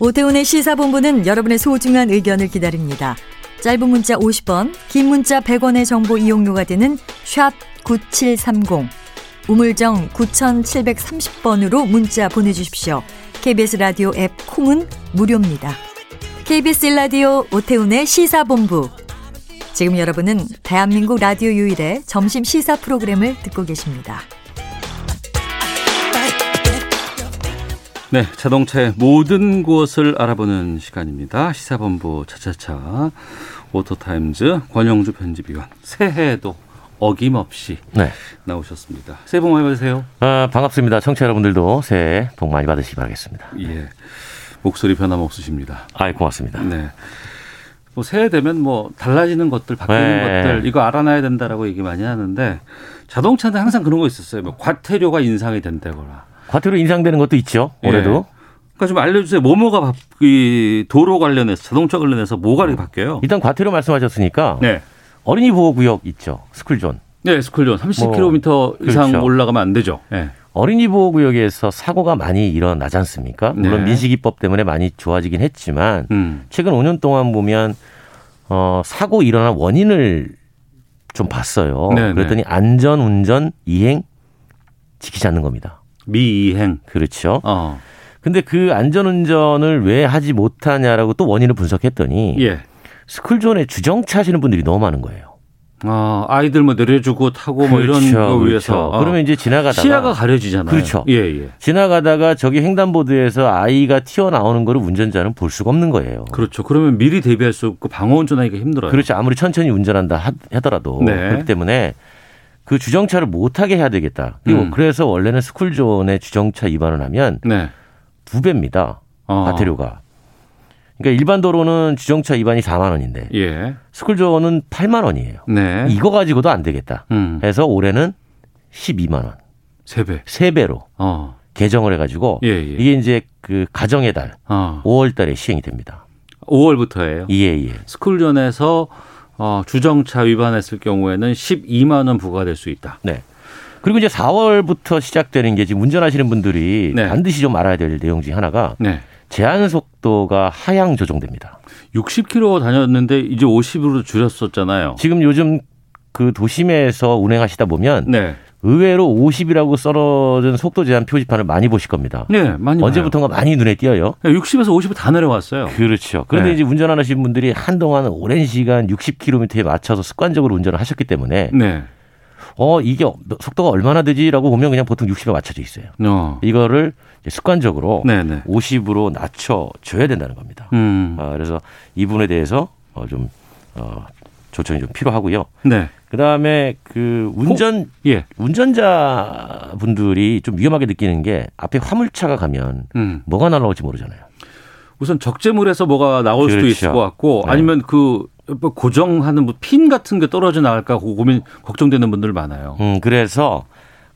[SPEAKER 9] 오태훈의 시사본부는 여러분의 소중한 의견을 기다립니다. 짧은 문자 50원, 긴 문자 100원의 정보 이용료가 되는 샵 9730, 우물정 9730번으로 문자 보내주십시오. KBS 라디오 앱 콩은 무료입니다. KBS 라디오 오태훈의 시사본부. 지금 여러분은 대한민국 라디오 유일의 점심 시사 프로그램을 듣고 계십니다.
[SPEAKER 2] 네, 자동차의 모든 곳을 알아보는 시간입니다. 시사본부 차차차 오토타임즈 권영주 편집위원 새해에도 어김없이
[SPEAKER 10] 네.
[SPEAKER 2] 나오셨습니다. 새해 복 많이 받으세요.
[SPEAKER 10] 아, 반갑습니다. 청취자 여러분들도 새해 복 많이 받으시기 바라겠습니다.
[SPEAKER 2] 예. 목소리 변함없으십니다.
[SPEAKER 10] 아, 고맙습니다.
[SPEAKER 2] 네. 뭐 새해 되면 뭐 달라지는 것들 바뀌는
[SPEAKER 10] 네.
[SPEAKER 2] 것들 이거 알아놔야 된다라고 얘기 많이 하는데 자동차는 항상 그런 거 있었어요. 뭐 과태료가 인상이 된다거나
[SPEAKER 10] 과태료 인상되는 것도 있죠. 올해도.
[SPEAKER 2] 예. 그러니까 좀 알려주세요. 뭐뭐가 바,
[SPEAKER 10] 그
[SPEAKER 2] 이 도로 관련해서 자동차 관련해서 뭐가 이렇게 바뀌어요?
[SPEAKER 10] 일단 과태료 말씀하셨으니까
[SPEAKER 2] 네.
[SPEAKER 10] 어린이 보호 구역 있죠. 스쿨존.
[SPEAKER 2] 네, 스쿨존
[SPEAKER 10] 뭐,
[SPEAKER 2] 30km 이상
[SPEAKER 10] 그렇죠.
[SPEAKER 2] 올라가면 안 되죠. 예.
[SPEAKER 10] 어린이 보호 구역에서 사고가 많이 일어나지 않습니까? 그러니까 물론
[SPEAKER 2] 네.
[SPEAKER 10] 민식이법 때문에 많이 좋아지긴 했지만
[SPEAKER 2] 음.
[SPEAKER 10] 최근 5년 동안 보면 어, 사고 일어난 원인을 좀 봤어요.
[SPEAKER 2] 네, 네.
[SPEAKER 10] 그랬더니 안전 운전 이행 지키지 않는 겁니다.
[SPEAKER 2] 미이행.
[SPEAKER 10] 그렇죠.
[SPEAKER 2] 어.
[SPEAKER 10] 근데 그 안전 운전을 왜 하지 못하냐라고 또 원인을 분석했더니
[SPEAKER 2] 예.
[SPEAKER 10] 스쿨존에 주정차 하시는 분들이 너무 많은 거예요.
[SPEAKER 2] 아, 아이들 뭐 내려주고 타고 뭐 이런
[SPEAKER 10] 그렇죠,
[SPEAKER 2] 거
[SPEAKER 10] 그렇죠.
[SPEAKER 2] 위해서. 어.
[SPEAKER 10] 그러면 이제 지나가다가
[SPEAKER 2] 시야가 가려지잖아요.
[SPEAKER 10] 그렇죠.
[SPEAKER 2] 예, 예.
[SPEAKER 10] 지나가다가 저기 횡단보도에서 아이가 튀어나오는 거를 운전자는 볼 수가 없는 거예요.
[SPEAKER 2] 그렇죠. 그러면 미리 대비할 수 없고 방어 운전하기가 힘들어요.
[SPEAKER 10] 그렇지 아무리 천천히 운전한다 하- 하더라도
[SPEAKER 2] 네.
[SPEAKER 10] 그렇기 때문에 그 주정차를 못하게 해야 되겠다. 그리고
[SPEAKER 2] 음.
[SPEAKER 10] 그래서 원래는 스쿨존에 주정차 위반을 하면
[SPEAKER 2] 네.
[SPEAKER 10] 두 배입니다.
[SPEAKER 2] 어.
[SPEAKER 10] 과태료가. 그러니까 일반 도로는 주정차 위반이 4만 원인데
[SPEAKER 2] 예.
[SPEAKER 10] 스쿨존은 8만 원이에요.
[SPEAKER 2] 네.
[SPEAKER 10] 이거 가지고도 안 되겠다.
[SPEAKER 2] 음.
[SPEAKER 10] 해서 올해는 12만 원.
[SPEAKER 2] 세 배.
[SPEAKER 10] 세 배로
[SPEAKER 2] 어.
[SPEAKER 10] 개정을 해가지고
[SPEAKER 2] 예, 예.
[SPEAKER 10] 이게 이제 그 가정의 달
[SPEAKER 2] 어.
[SPEAKER 10] 5월달에 시행이 됩니다.
[SPEAKER 2] 5월부터예요.
[SPEAKER 10] 예, 예.
[SPEAKER 2] 스쿨존에서 어, 주정차 위반했을 경우에는 12만 원 부과될 수 있다.
[SPEAKER 10] 네. 그리고 이제 4월부터 시작되는 게 지금 운전하시는 분들이
[SPEAKER 2] 네.
[SPEAKER 10] 반드시 좀 알아야 될 내용 중에 하나가
[SPEAKER 2] 네.
[SPEAKER 10] 제한 속도가 하향 조정됩니다.
[SPEAKER 2] 60km 다녔는데 이제 50으로 줄였었잖아요.
[SPEAKER 10] 지금 요즘 그 도심에서 운행하시다 보면
[SPEAKER 2] 네.
[SPEAKER 10] 의외로 50이라고 써놓은 속도 제한 표지판을 많이 보실 겁니다.
[SPEAKER 2] 네, 많이
[SPEAKER 10] 언제부턴가 많이 눈에 띄어요.
[SPEAKER 2] 60에서 50으로 다 내려왔어요.
[SPEAKER 10] 그렇죠. 그런데
[SPEAKER 2] 네.
[SPEAKER 10] 이제 운전하시는 분들이 한동안 오랜 시간 60km에 맞춰서 습관적으로 운전을 하셨기 때문에
[SPEAKER 2] 네.
[SPEAKER 10] 어 이게 속도가 얼마나 되지라고 보면 그냥 보통 60에 맞춰져 있어요.
[SPEAKER 2] 어.
[SPEAKER 10] 이거를 이제 습관적으로
[SPEAKER 2] 네, 네.
[SPEAKER 10] 50으로 낮춰 줘야 된다는 겁니다.
[SPEAKER 2] 음.
[SPEAKER 10] 아, 그래서 이 부분에 대해서 어, 좀 어, 조정이 좀 필요하고요.
[SPEAKER 2] 네.
[SPEAKER 10] 그다음에 그 운전
[SPEAKER 2] 예.
[SPEAKER 10] 운전자 분들이 좀 위험하게 느끼는 게 앞에 화물차가 가면
[SPEAKER 2] 음.
[SPEAKER 10] 뭐가 날아올지 모르잖아요.
[SPEAKER 2] 우선 적재물에서 뭐가 나올 수도
[SPEAKER 10] 그렇죠.
[SPEAKER 2] 있을 것 같고
[SPEAKER 10] 네.
[SPEAKER 2] 아니면 그 고정하는 뭐 핀 같은 게 떨어져 나갈까 고- 고민 걱정되는 분들 많아요.
[SPEAKER 10] 음, 그래서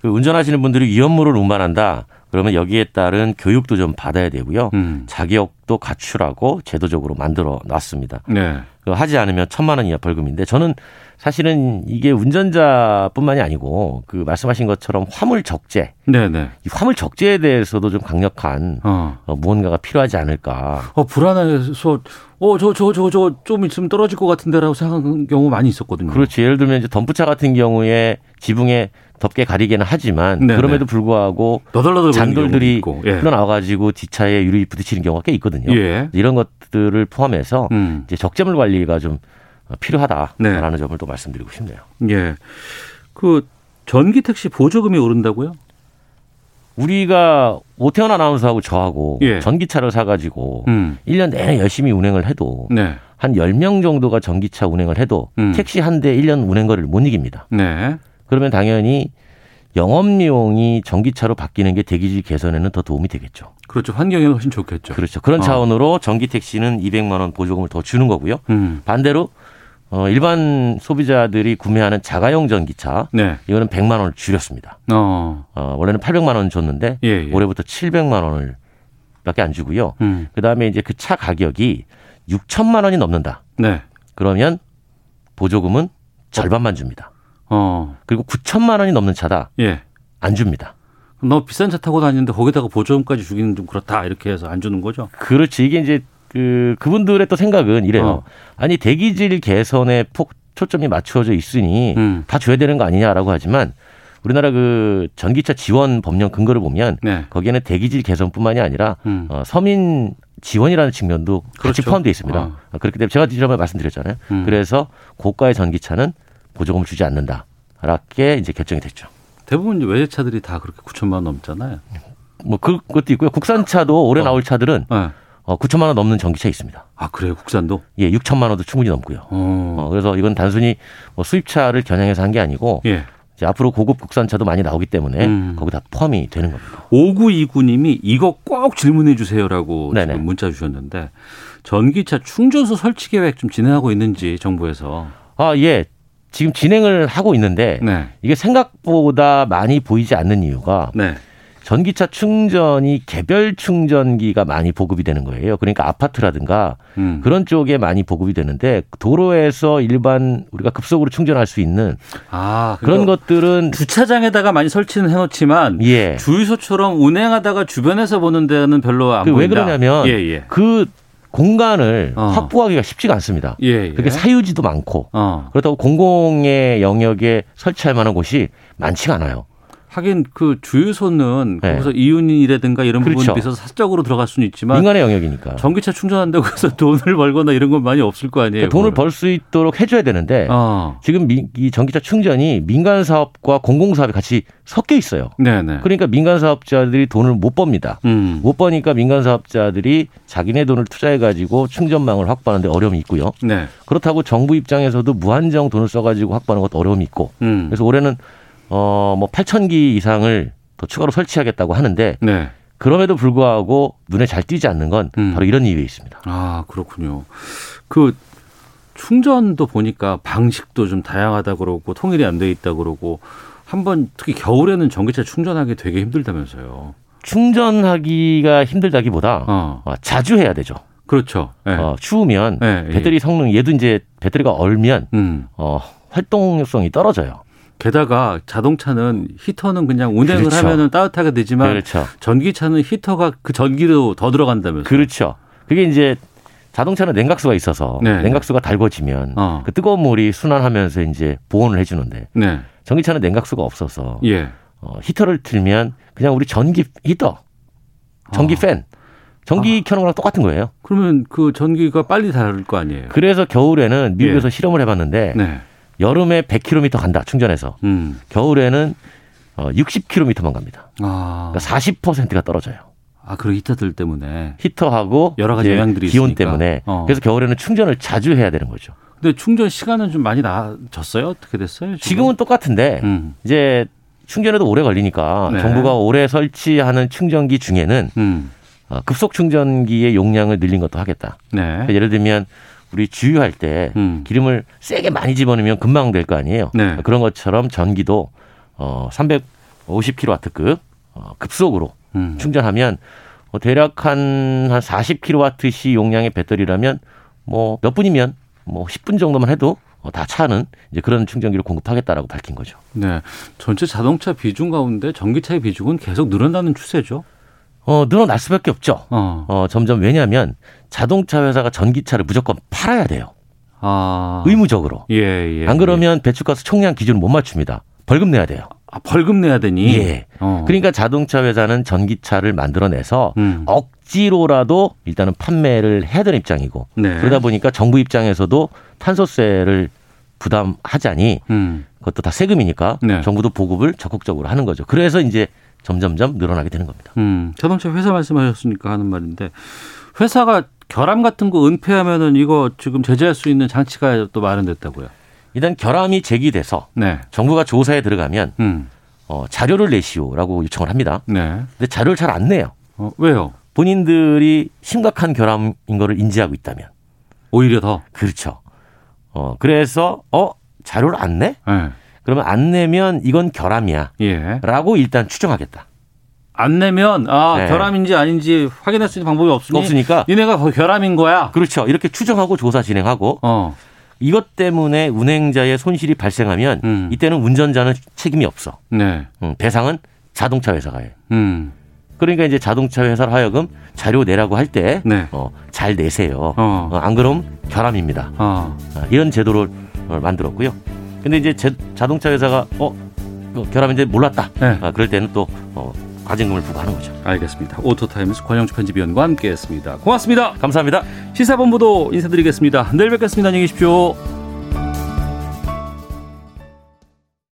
[SPEAKER 10] 그 운전하시는 분들이 위험물을 운반한다. 그러면 여기에 따른 교육도 좀 받아야 되고요.
[SPEAKER 2] 음.
[SPEAKER 10] 자격도 갖추라고 제도적으로 만들어 놨습니다.
[SPEAKER 2] 네.
[SPEAKER 10] 그 하지 않으면 천만 원 이하 벌금인데 저는 사실은 이게 운전자뿐만이 아니고 그 말씀하신 것처럼 화물 적재
[SPEAKER 2] 네, 네.
[SPEAKER 10] 이 화물 적재에 대해서도 좀 강력한
[SPEAKER 2] 어.
[SPEAKER 10] 무언가가 필요하지 않을까.
[SPEAKER 2] 어, 불안해서 어, 저 저 저 저 좀 있으면 떨어질 것 같은데라고 생각하는 경우 많이 있었거든요.
[SPEAKER 10] 그렇지. 예를 들면 이제 덤프차 같은 경우에 지붕에 덮개 가리기는 하지만
[SPEAKER 2] 네네.
[SPEAKER 10] 그럼에도 불구하고
[SPEAKER 2] 너덜너덜 거리는
[SPEAKER 10] 잔돌들이
[SPEAKER 2] 경우도 있고. 예.
[SPEAKER 10] 흘러나와가지고 뒷차에 유리 부딪히는 경우가 꽤 있거든요.
[SPEAKER 2] 예.
[SPEAKER 10] 이런 것들을 포함해서
[SPEAKER 2] 음.
[SPEAKER 10] 이제 적재물 관리가 좀
[SPEAKER 2] 네.
[SPEAKER 10] 필요하다라는 점을 또 말씀드리고 싶네요.
[SPEAKER 2] 예. 그 전기 택시 보조금이 오른다고요?
[SPEAKER 10] 우리가 오태원 아나운서하고 저하고
[SPEAKER 2] 예.
[SPEAKER 10] 전기차를 사가지고
[SPEAKER 2] 음.
[SPEAKER 10] 1년 내내 열심히 운행을 해도
[SPEAKER 2] 네.
[SPEAKER 10] 한 10명 정도가 전기차 운행을 해도
[SPEAKER 2] 음.
[SPEAKER 10] 택시 한 대 1년 운행거리를 못 이깁니다.
[SPEAKER 2] 네.
[SPEAKER 10] 그러면 당연히 영업용이 전기차로 바뀌는 게 대기질 개선에는 더 도움이 되겠죠.
[SPEAKER 2] 그렇죠. 환경에는 훨씬 좋겠죠.
[SPEAKER 10] 그렇죠. 그런
[SPEAKER 2] 어.
[SPEAKER 10] 차원으로 전기 택시는 200만 원 보조금을 더 주는 거고요.
[SPEAKER 2] 음.
[SPEAKER 10] 반대로 어, 일반 소비자들이 구매하는 자가용 전기차
[SPEAKER 2] 네.
[SPEAKER 10] 이거는 100만 원을 줄였습니다.
[SPEAKER 2] 어.
[SPEAKER 10] 어, 원래는 800만 원 줬는데
[SPEAKER 2] 예, 예.
[SPEAKER 10] 올해부터 700만 원을 밖에 안 주고요.
[SPEAKER 2] 음.
[SPEAKER 10] 그다음에 이제 그 차 가격이 6천만 원이 넘는다.
[SPEAKER 2] 네.
[SPEAKER 10] 그러면 보조금은 절반만 줍니다.
[SPEAKER 2] 어.
[SPEAKER 10] 그리고 9천만 원이 넘는 차다.
[SPEAKER 2] 예.
[SPEAKER 10] 안 줍니다.
[SPEAKER 2] 너무 비싼 차 타고 다니는데 거기다가 보조금까지 주기는 좀 그렇다 이렇게 해서 안 주는 거죠.
[SPEAKER 10] 그렇지. 이게 이제 그 그분들의 또 생각은 이래요.
[SPEAKER 2] 어.
[SPEAKER 10] 아니 대기질 개선에 폭 초점이 맞춰져 있으니
[SPEAKER 2] 음.
[SPEAKER 10] 다 줘야 되는 거 아니냐라고 하지만 우리나라 그 전기차 지원 법령 근거를 보면
[SPEAKER 2] 네.
[SPEAKER 10] 거기에는 대기질 개선뿐만이 아니라
[SPEAKER 2] 음.
[SPEAKER 10] 어, 서민 지원이라는 측면도 같이
[SPEAKER 2] 그렇죠.
[SPEAKER 10] 포함되어 있습니다. 아, 그렇기 때문에 제가 지난번에 말씀드렸잖아요.
[SPEAKER 2] 음.
[SPEAKER 10] 그래서 고가의 전기차는 보조금을 주지 않는다. 라게 이제 결정이 됐죠.
[SPEAKER 2] 대부분 이제 외제차들이 다 그렇게 9천만 원 넘잖아요.
[SPEAKER 10] 뭐 그- 그것도 있고요. 국산차도 올해 나올 차들은 어, 9천만 원 넘는 전기차 있습니다.
[SPEAKER 2] 예. 아 그래요, 국산도?
[SPEAKER 10] 예, 6천만 원도 충분히 넘고요.
[SPEAKER 2] 음.
[SPEAKER 10] 어, 그래서 이건 단순히 뭐 수입차를 겨냥해서 한 게 아니고
[SPEAKER 2] 예.
[SPEAKER 10] 이제 앞으로 고급 국산차도 많이 나오기 때문에
[SPEAKER 2] 음.
[SPEAKER 10] 거기다 포함이 되는 겁니다.
[SPEAKER 2] 5929님이 이거 꼭 질문해 주세요라고 지금 문자 주셨는데 전기차 충전소 설치 계획 좀 진행하고 있는지 정부에서
[SPEAKER 10] 아, 예. 지금 진행을 하고 있는데
[SPEAKER 2] 네.
[SPEAKER 10] 이게 생각보다 많이 보이지 않는 이유가 전기차 충전이 개별 충전기가 많이 보급이 되는 거예요. 그러니까 아파트라든가
[SPEAKER 2] 음.
[SPEAKER 10] 그런 쪽에 많이 보급이 되는데 도로에서 일반 우리가 급속으로 충전할 수 있는
[SPEAKER 2] 아
[SPEAKER 10] 그런
[SPEAKER 2] 그러니까
[SPEAKER 10] 것들은
[SPEAKER 2] 주차장에다가 많이 설치는 해놓지만
[SPEAKER 10] 예.
[SPEAKER 2] 주유소처럼 운행하다가 주변에서 보는 데는 별로 안
[SPEAKER 10] 그
[SPEAKER 2] 보인다.
[SPEAKER 10] 왜 그러냐면
[SPEAKER 2] 예, 예. 어.
[SPEAKER 10] 그 공간을 확보하기가 쉽지가 않습니다.
[SPEAKER 2] 예, 어. 예.
[SPEAKER 10] 그게 사유지도 많고 그렇다고 공공의 영역에 설치할 만한 곳이 많지가 않아요.
[SPEAKER 2] 하긴 그 주유소는
[SPEAKER 10] 예.
[SPEAKER 2] 거기서 이윤이라든가 이런
[SPEAKER 10] 그렇죠.
[SPEAKER 2] 부분에 비해서 사적으로 들어갈 수는 있지만
[SPEAKER 10] 민간의 영역이니까.
[SPEAKER 2] 전기차 충전한다고 해서 돈을 벌거나 이런 건 많이 없을 거 아니에요.
[SPEAKER 10] 그러니까 돈을 벌 수 있도록 해줘야
[SPEAKER 2] 어.
[SPEAKER 10] 되는데
[SPEAKER 2] 아,
[SPEAKER 10] 지금 미- 이 전기차 충전이 민간 사업과 공공 사업이 같이 섞여 있어요.
[SPEAKER 2] 네네. 음.
[SPEAKER 10] 그러니까 민간 사업자들이 돈을 못 법니다. 못 버니까 민간 사업자들이 자기네 돈을 투자해 가지고 충전망을 확보하는데 어려움이 있고요.
[SPEAKER 2] 네.
[SPEAKER 10] 그렇다고 정부 입장에서도 무한정 돈을 써가지고 확보하는 것도 어려움이 있고.
[SPEAKER 2] 음.
[SPEAKER 10] 그래서 올해는 어뭐 8,000기 이상을 더 추가로 설치하겠다고 하는데
[SPEAKER 2] 네.
[SPEAKER 10] 그럼에도 불구하고 눈에 잘 띄지 않는 건 바로 이런 이유에 있습니다.
[SPEAKER 2] 아 그렇군요. 그 충전도 보니까 방식도 좀 다양하다 그러고 통일이 안 돼 있다 그러고 한번 특히 겨울에는 전기차 충전하기 되게 힘들다면서요.
[SPEAKER 10] 충전하기가 힘들다기보다 어, 자주 해야 되죠.
[SPEAKER 2] 그렇죠.
[SPEAKER 10] 어, 추우면
[SPEAKER 2] 예, 예.
[SPEAKER 10] 배터리 성능 얘도 이제 배터리가 얼면 어, 활동성이 떨어져요.
[SPEAKER 2] 게다가 자동차는 히터는 그냥 운행을
[SPEAKER 10] 그렇죠.
[SPEAKER 2] 하면은 따뜻하게 되지만
[SPEAKER 10] 그렇죠.
[SPEAKER 2] 전기차는 히터가 그 전기로 더 들어간다면서.
[SPEAKER 10] 그렇죠. 그게 이제 자동차는 냉각수가 있어서
[SPEAKER 2] 네, 어.
[SPEAKER 10] 냉각수가 달궈지면 그 뜨거운 물이 순환하면서 이제 보온을 해주는데
[SPEAKER 2] 네.
[SPEAKER 10] 전기차는 냉각수가 없어서
[SPEAKER 2] 예.
[SPEAKER 10] 어, 히터를 틀면 그냥 우리 전기 히터,
[SPEAKER 2] 아.
[SPEAKER 10] 전기 팬, 전기 켜는 거랑 똑같은 거예요.
[SPEAKER 2] 그러면 그 전기가 빨리 닳을 거 아니에요.
[SPEAKER 10] 그래서 겨울에는 미국에서 실험을 해봤는데
[SPEAKER 2] 예. 네.
[SPEAKER 10] 여름에 100km 간다 충전해서
[SPEAKER 2] 음.
[SPEAKER 10] 겨울에는 어, 60km만 갑니다.
[SPEAKER 2] 아.
[SPEAKER 10] 그러니까 40%가 떨어져요.
[SPEAKER 2] 아, 그리고 히터들 때문에.
[SPEAKER 10] 히터하고
[SPEAKER 2] 여러 가지
[SPEAKER 10] 이제
[SPEAKER 2] 영향들이
[SPEAKER 10] 기온
[SPEAKER 2] 있으니까.
[SPEAKER 10] 때문에
[SPEAKER 2] 어.
[SPEAKER 10] 그래서 겨울에는 충전을 자주 해야 되는 거죠.
[SPEAKER 2] 근데 충전 시간은 좀 많이 나아졌어요? 어떻게 됐어요? 지금?
[SPEAKER 10] 지금은 똑같은데 이제 충전에도 오래 걸리니까
[SPEAKER 2] 음. 네.
[SPEAKER 10] 정부가 올해 설치하는 충전기 중에는
[SPEAKER 2] 음.
[SPEAKER 10] 어, 급속 충전기의 용량을 늘린 것도 하겠다.
[SPEAKER 2] 네. 음.
[SPEAKER 10] 그러니까 예를 들면 우리 주유할 때 기름을 세게 많이 집어넣으면 금방 될 거 아니에요. 그러니까
[SPEAKER 2] 네.
[SPEAKER 10] 그런 것처럼 전기도 어, 350kW급 어, 급속으로
[SPEAKER 2] 음.
[SPEAKER 10] 충전하면 어, 대략 한, 한 40kWh 용량의 배터리라면 뭐 몇 분이면 뭐 10분 정도만 해도 어, 다 차는 이제 그런 충전기를 공급하겠다라고 밝힌 거죠.
[SPEAKER 2] 네. 전체 자동차 비중 가운데 전기차의 비중은 계속 늘어나는 추세죠.
[SPEAKER 10] 어, 늘어날 수밖에 없죠.
[SPEAKER 2] 어.
[SPEAKER 10] 점점 왜냐하면 자동차 회사가 전기차를 무조건 팔아야 돼요.
[SPEAKER 2] 아.
[SPEAKER 10] 의무적으로.
[SPEAKER 2] 예, 예.
[SPEAKER 10] 안 그러면 배출가스 총량 기준을 못 맞춥니다. 벌금 내야 돼요.
[SPEAKER 2] 아, 벌금 내야 되니.
[SPEAKER 10] 예.
[SPEAKER 2] 어.
[SPEAKER 10] 그러니까 자동차 회사는 전기차를
[SPEAKER 2] 음.
[SPEAKER 10] 만들어내서 억지로라도 일단은 판매를 해야 되는 입장이고
[SPEAKER 2] 네.
[SPEAKER 10] 그러다 보니까 정부 입장에서도 탄소세를 부담하자니
[SPEAKER 2] 음.
[SPEAKER 10] 그것도 다 세금이니까
[SPEAKER 2] 네.
[SPEAKER 10] 정부도 보급을 적극적으로 하는 거죠. 그래서 이제 점점점 늘어나게 되는 겁니다.
[SPEAKER 2] 음, 자동차 회사 말씀하셨으니까 하는 말인데 회사가 결함 같은 거 은폐하면은 이거 지금 제재할 수 있는 장치가 또 마련됐다고요. 네.
[SPEAKER 10] 일단 결함이 제기돼서 정부가 조사에 들어가면
[SPEAKER 2] 음.
[SPEAKER 10] 어, 자료를 내시오라고 요청을 합니다. 근데 자료를 잘 안 내요.
[SPEAKER 2] 네. 어, 왜요?
[SPEAKER 10] 본인들이 심각한 결함인 거를 인지하고 있다면
[SPEAKER 2] 오히려 더
[SPEAKER 10] 그렇죠. 어 그래서 어 자료를 안 내?
[SPEAKER 2] 예.
[SPEAKER 10] 그러면 안 내면 이건 결함이야라고 일단 추정하겠다.
[SPEAKER 2] 안 내면 아
[SPEAKER 10] 네.
[SPEAKER 2] 결함인지 아닌지 확인할 수 있는 방법이 없으니
[SPEAKER 10] 없으니까
[SPEAKER 2] 니네가 거- 결함인 거야. 어.
[SPEAKER 10] 그렇죠. 이렇게 추정하고 조사 진행하고 이것 때문에 운행자의 손실이 발생하면
[SPEAKER 2] 음.
[SPEAKER 10] 이때는 운전자는 책임이 없어.
[SPEAKER 2] 네.
[SPEAKER 10] 음, 배상은 자동차 회사가 해.
[SPEAKER 2] 음.
[SPEAKER 10] 그러니까 이제 자동차 회사를 하여금 자료 내라고 할 때 어, 잘
[SPEAKER 2] 네.
[SPEAKER 10] 내세요. 어, 안 그럼 결함입니다. 아, 이런 제도를 어, 만들었고요. 근데 이제 제- 자동차 회사가 어 이거 결함인지 몰랐다. 아, 그럴 때는 또 어, 과징금을 부과하는 거죠.
[SPEAKER 2] 알겠습니다. 오토타임스 권영주 편집위원과 함께했습니다. 고맙습니다.
[SPEAKER 10] 감사합니다.
[SPEAKER 2] 시사본부도 인사드리겠습니다. 내일 뵙겠습니다. 안녕히 계십시오.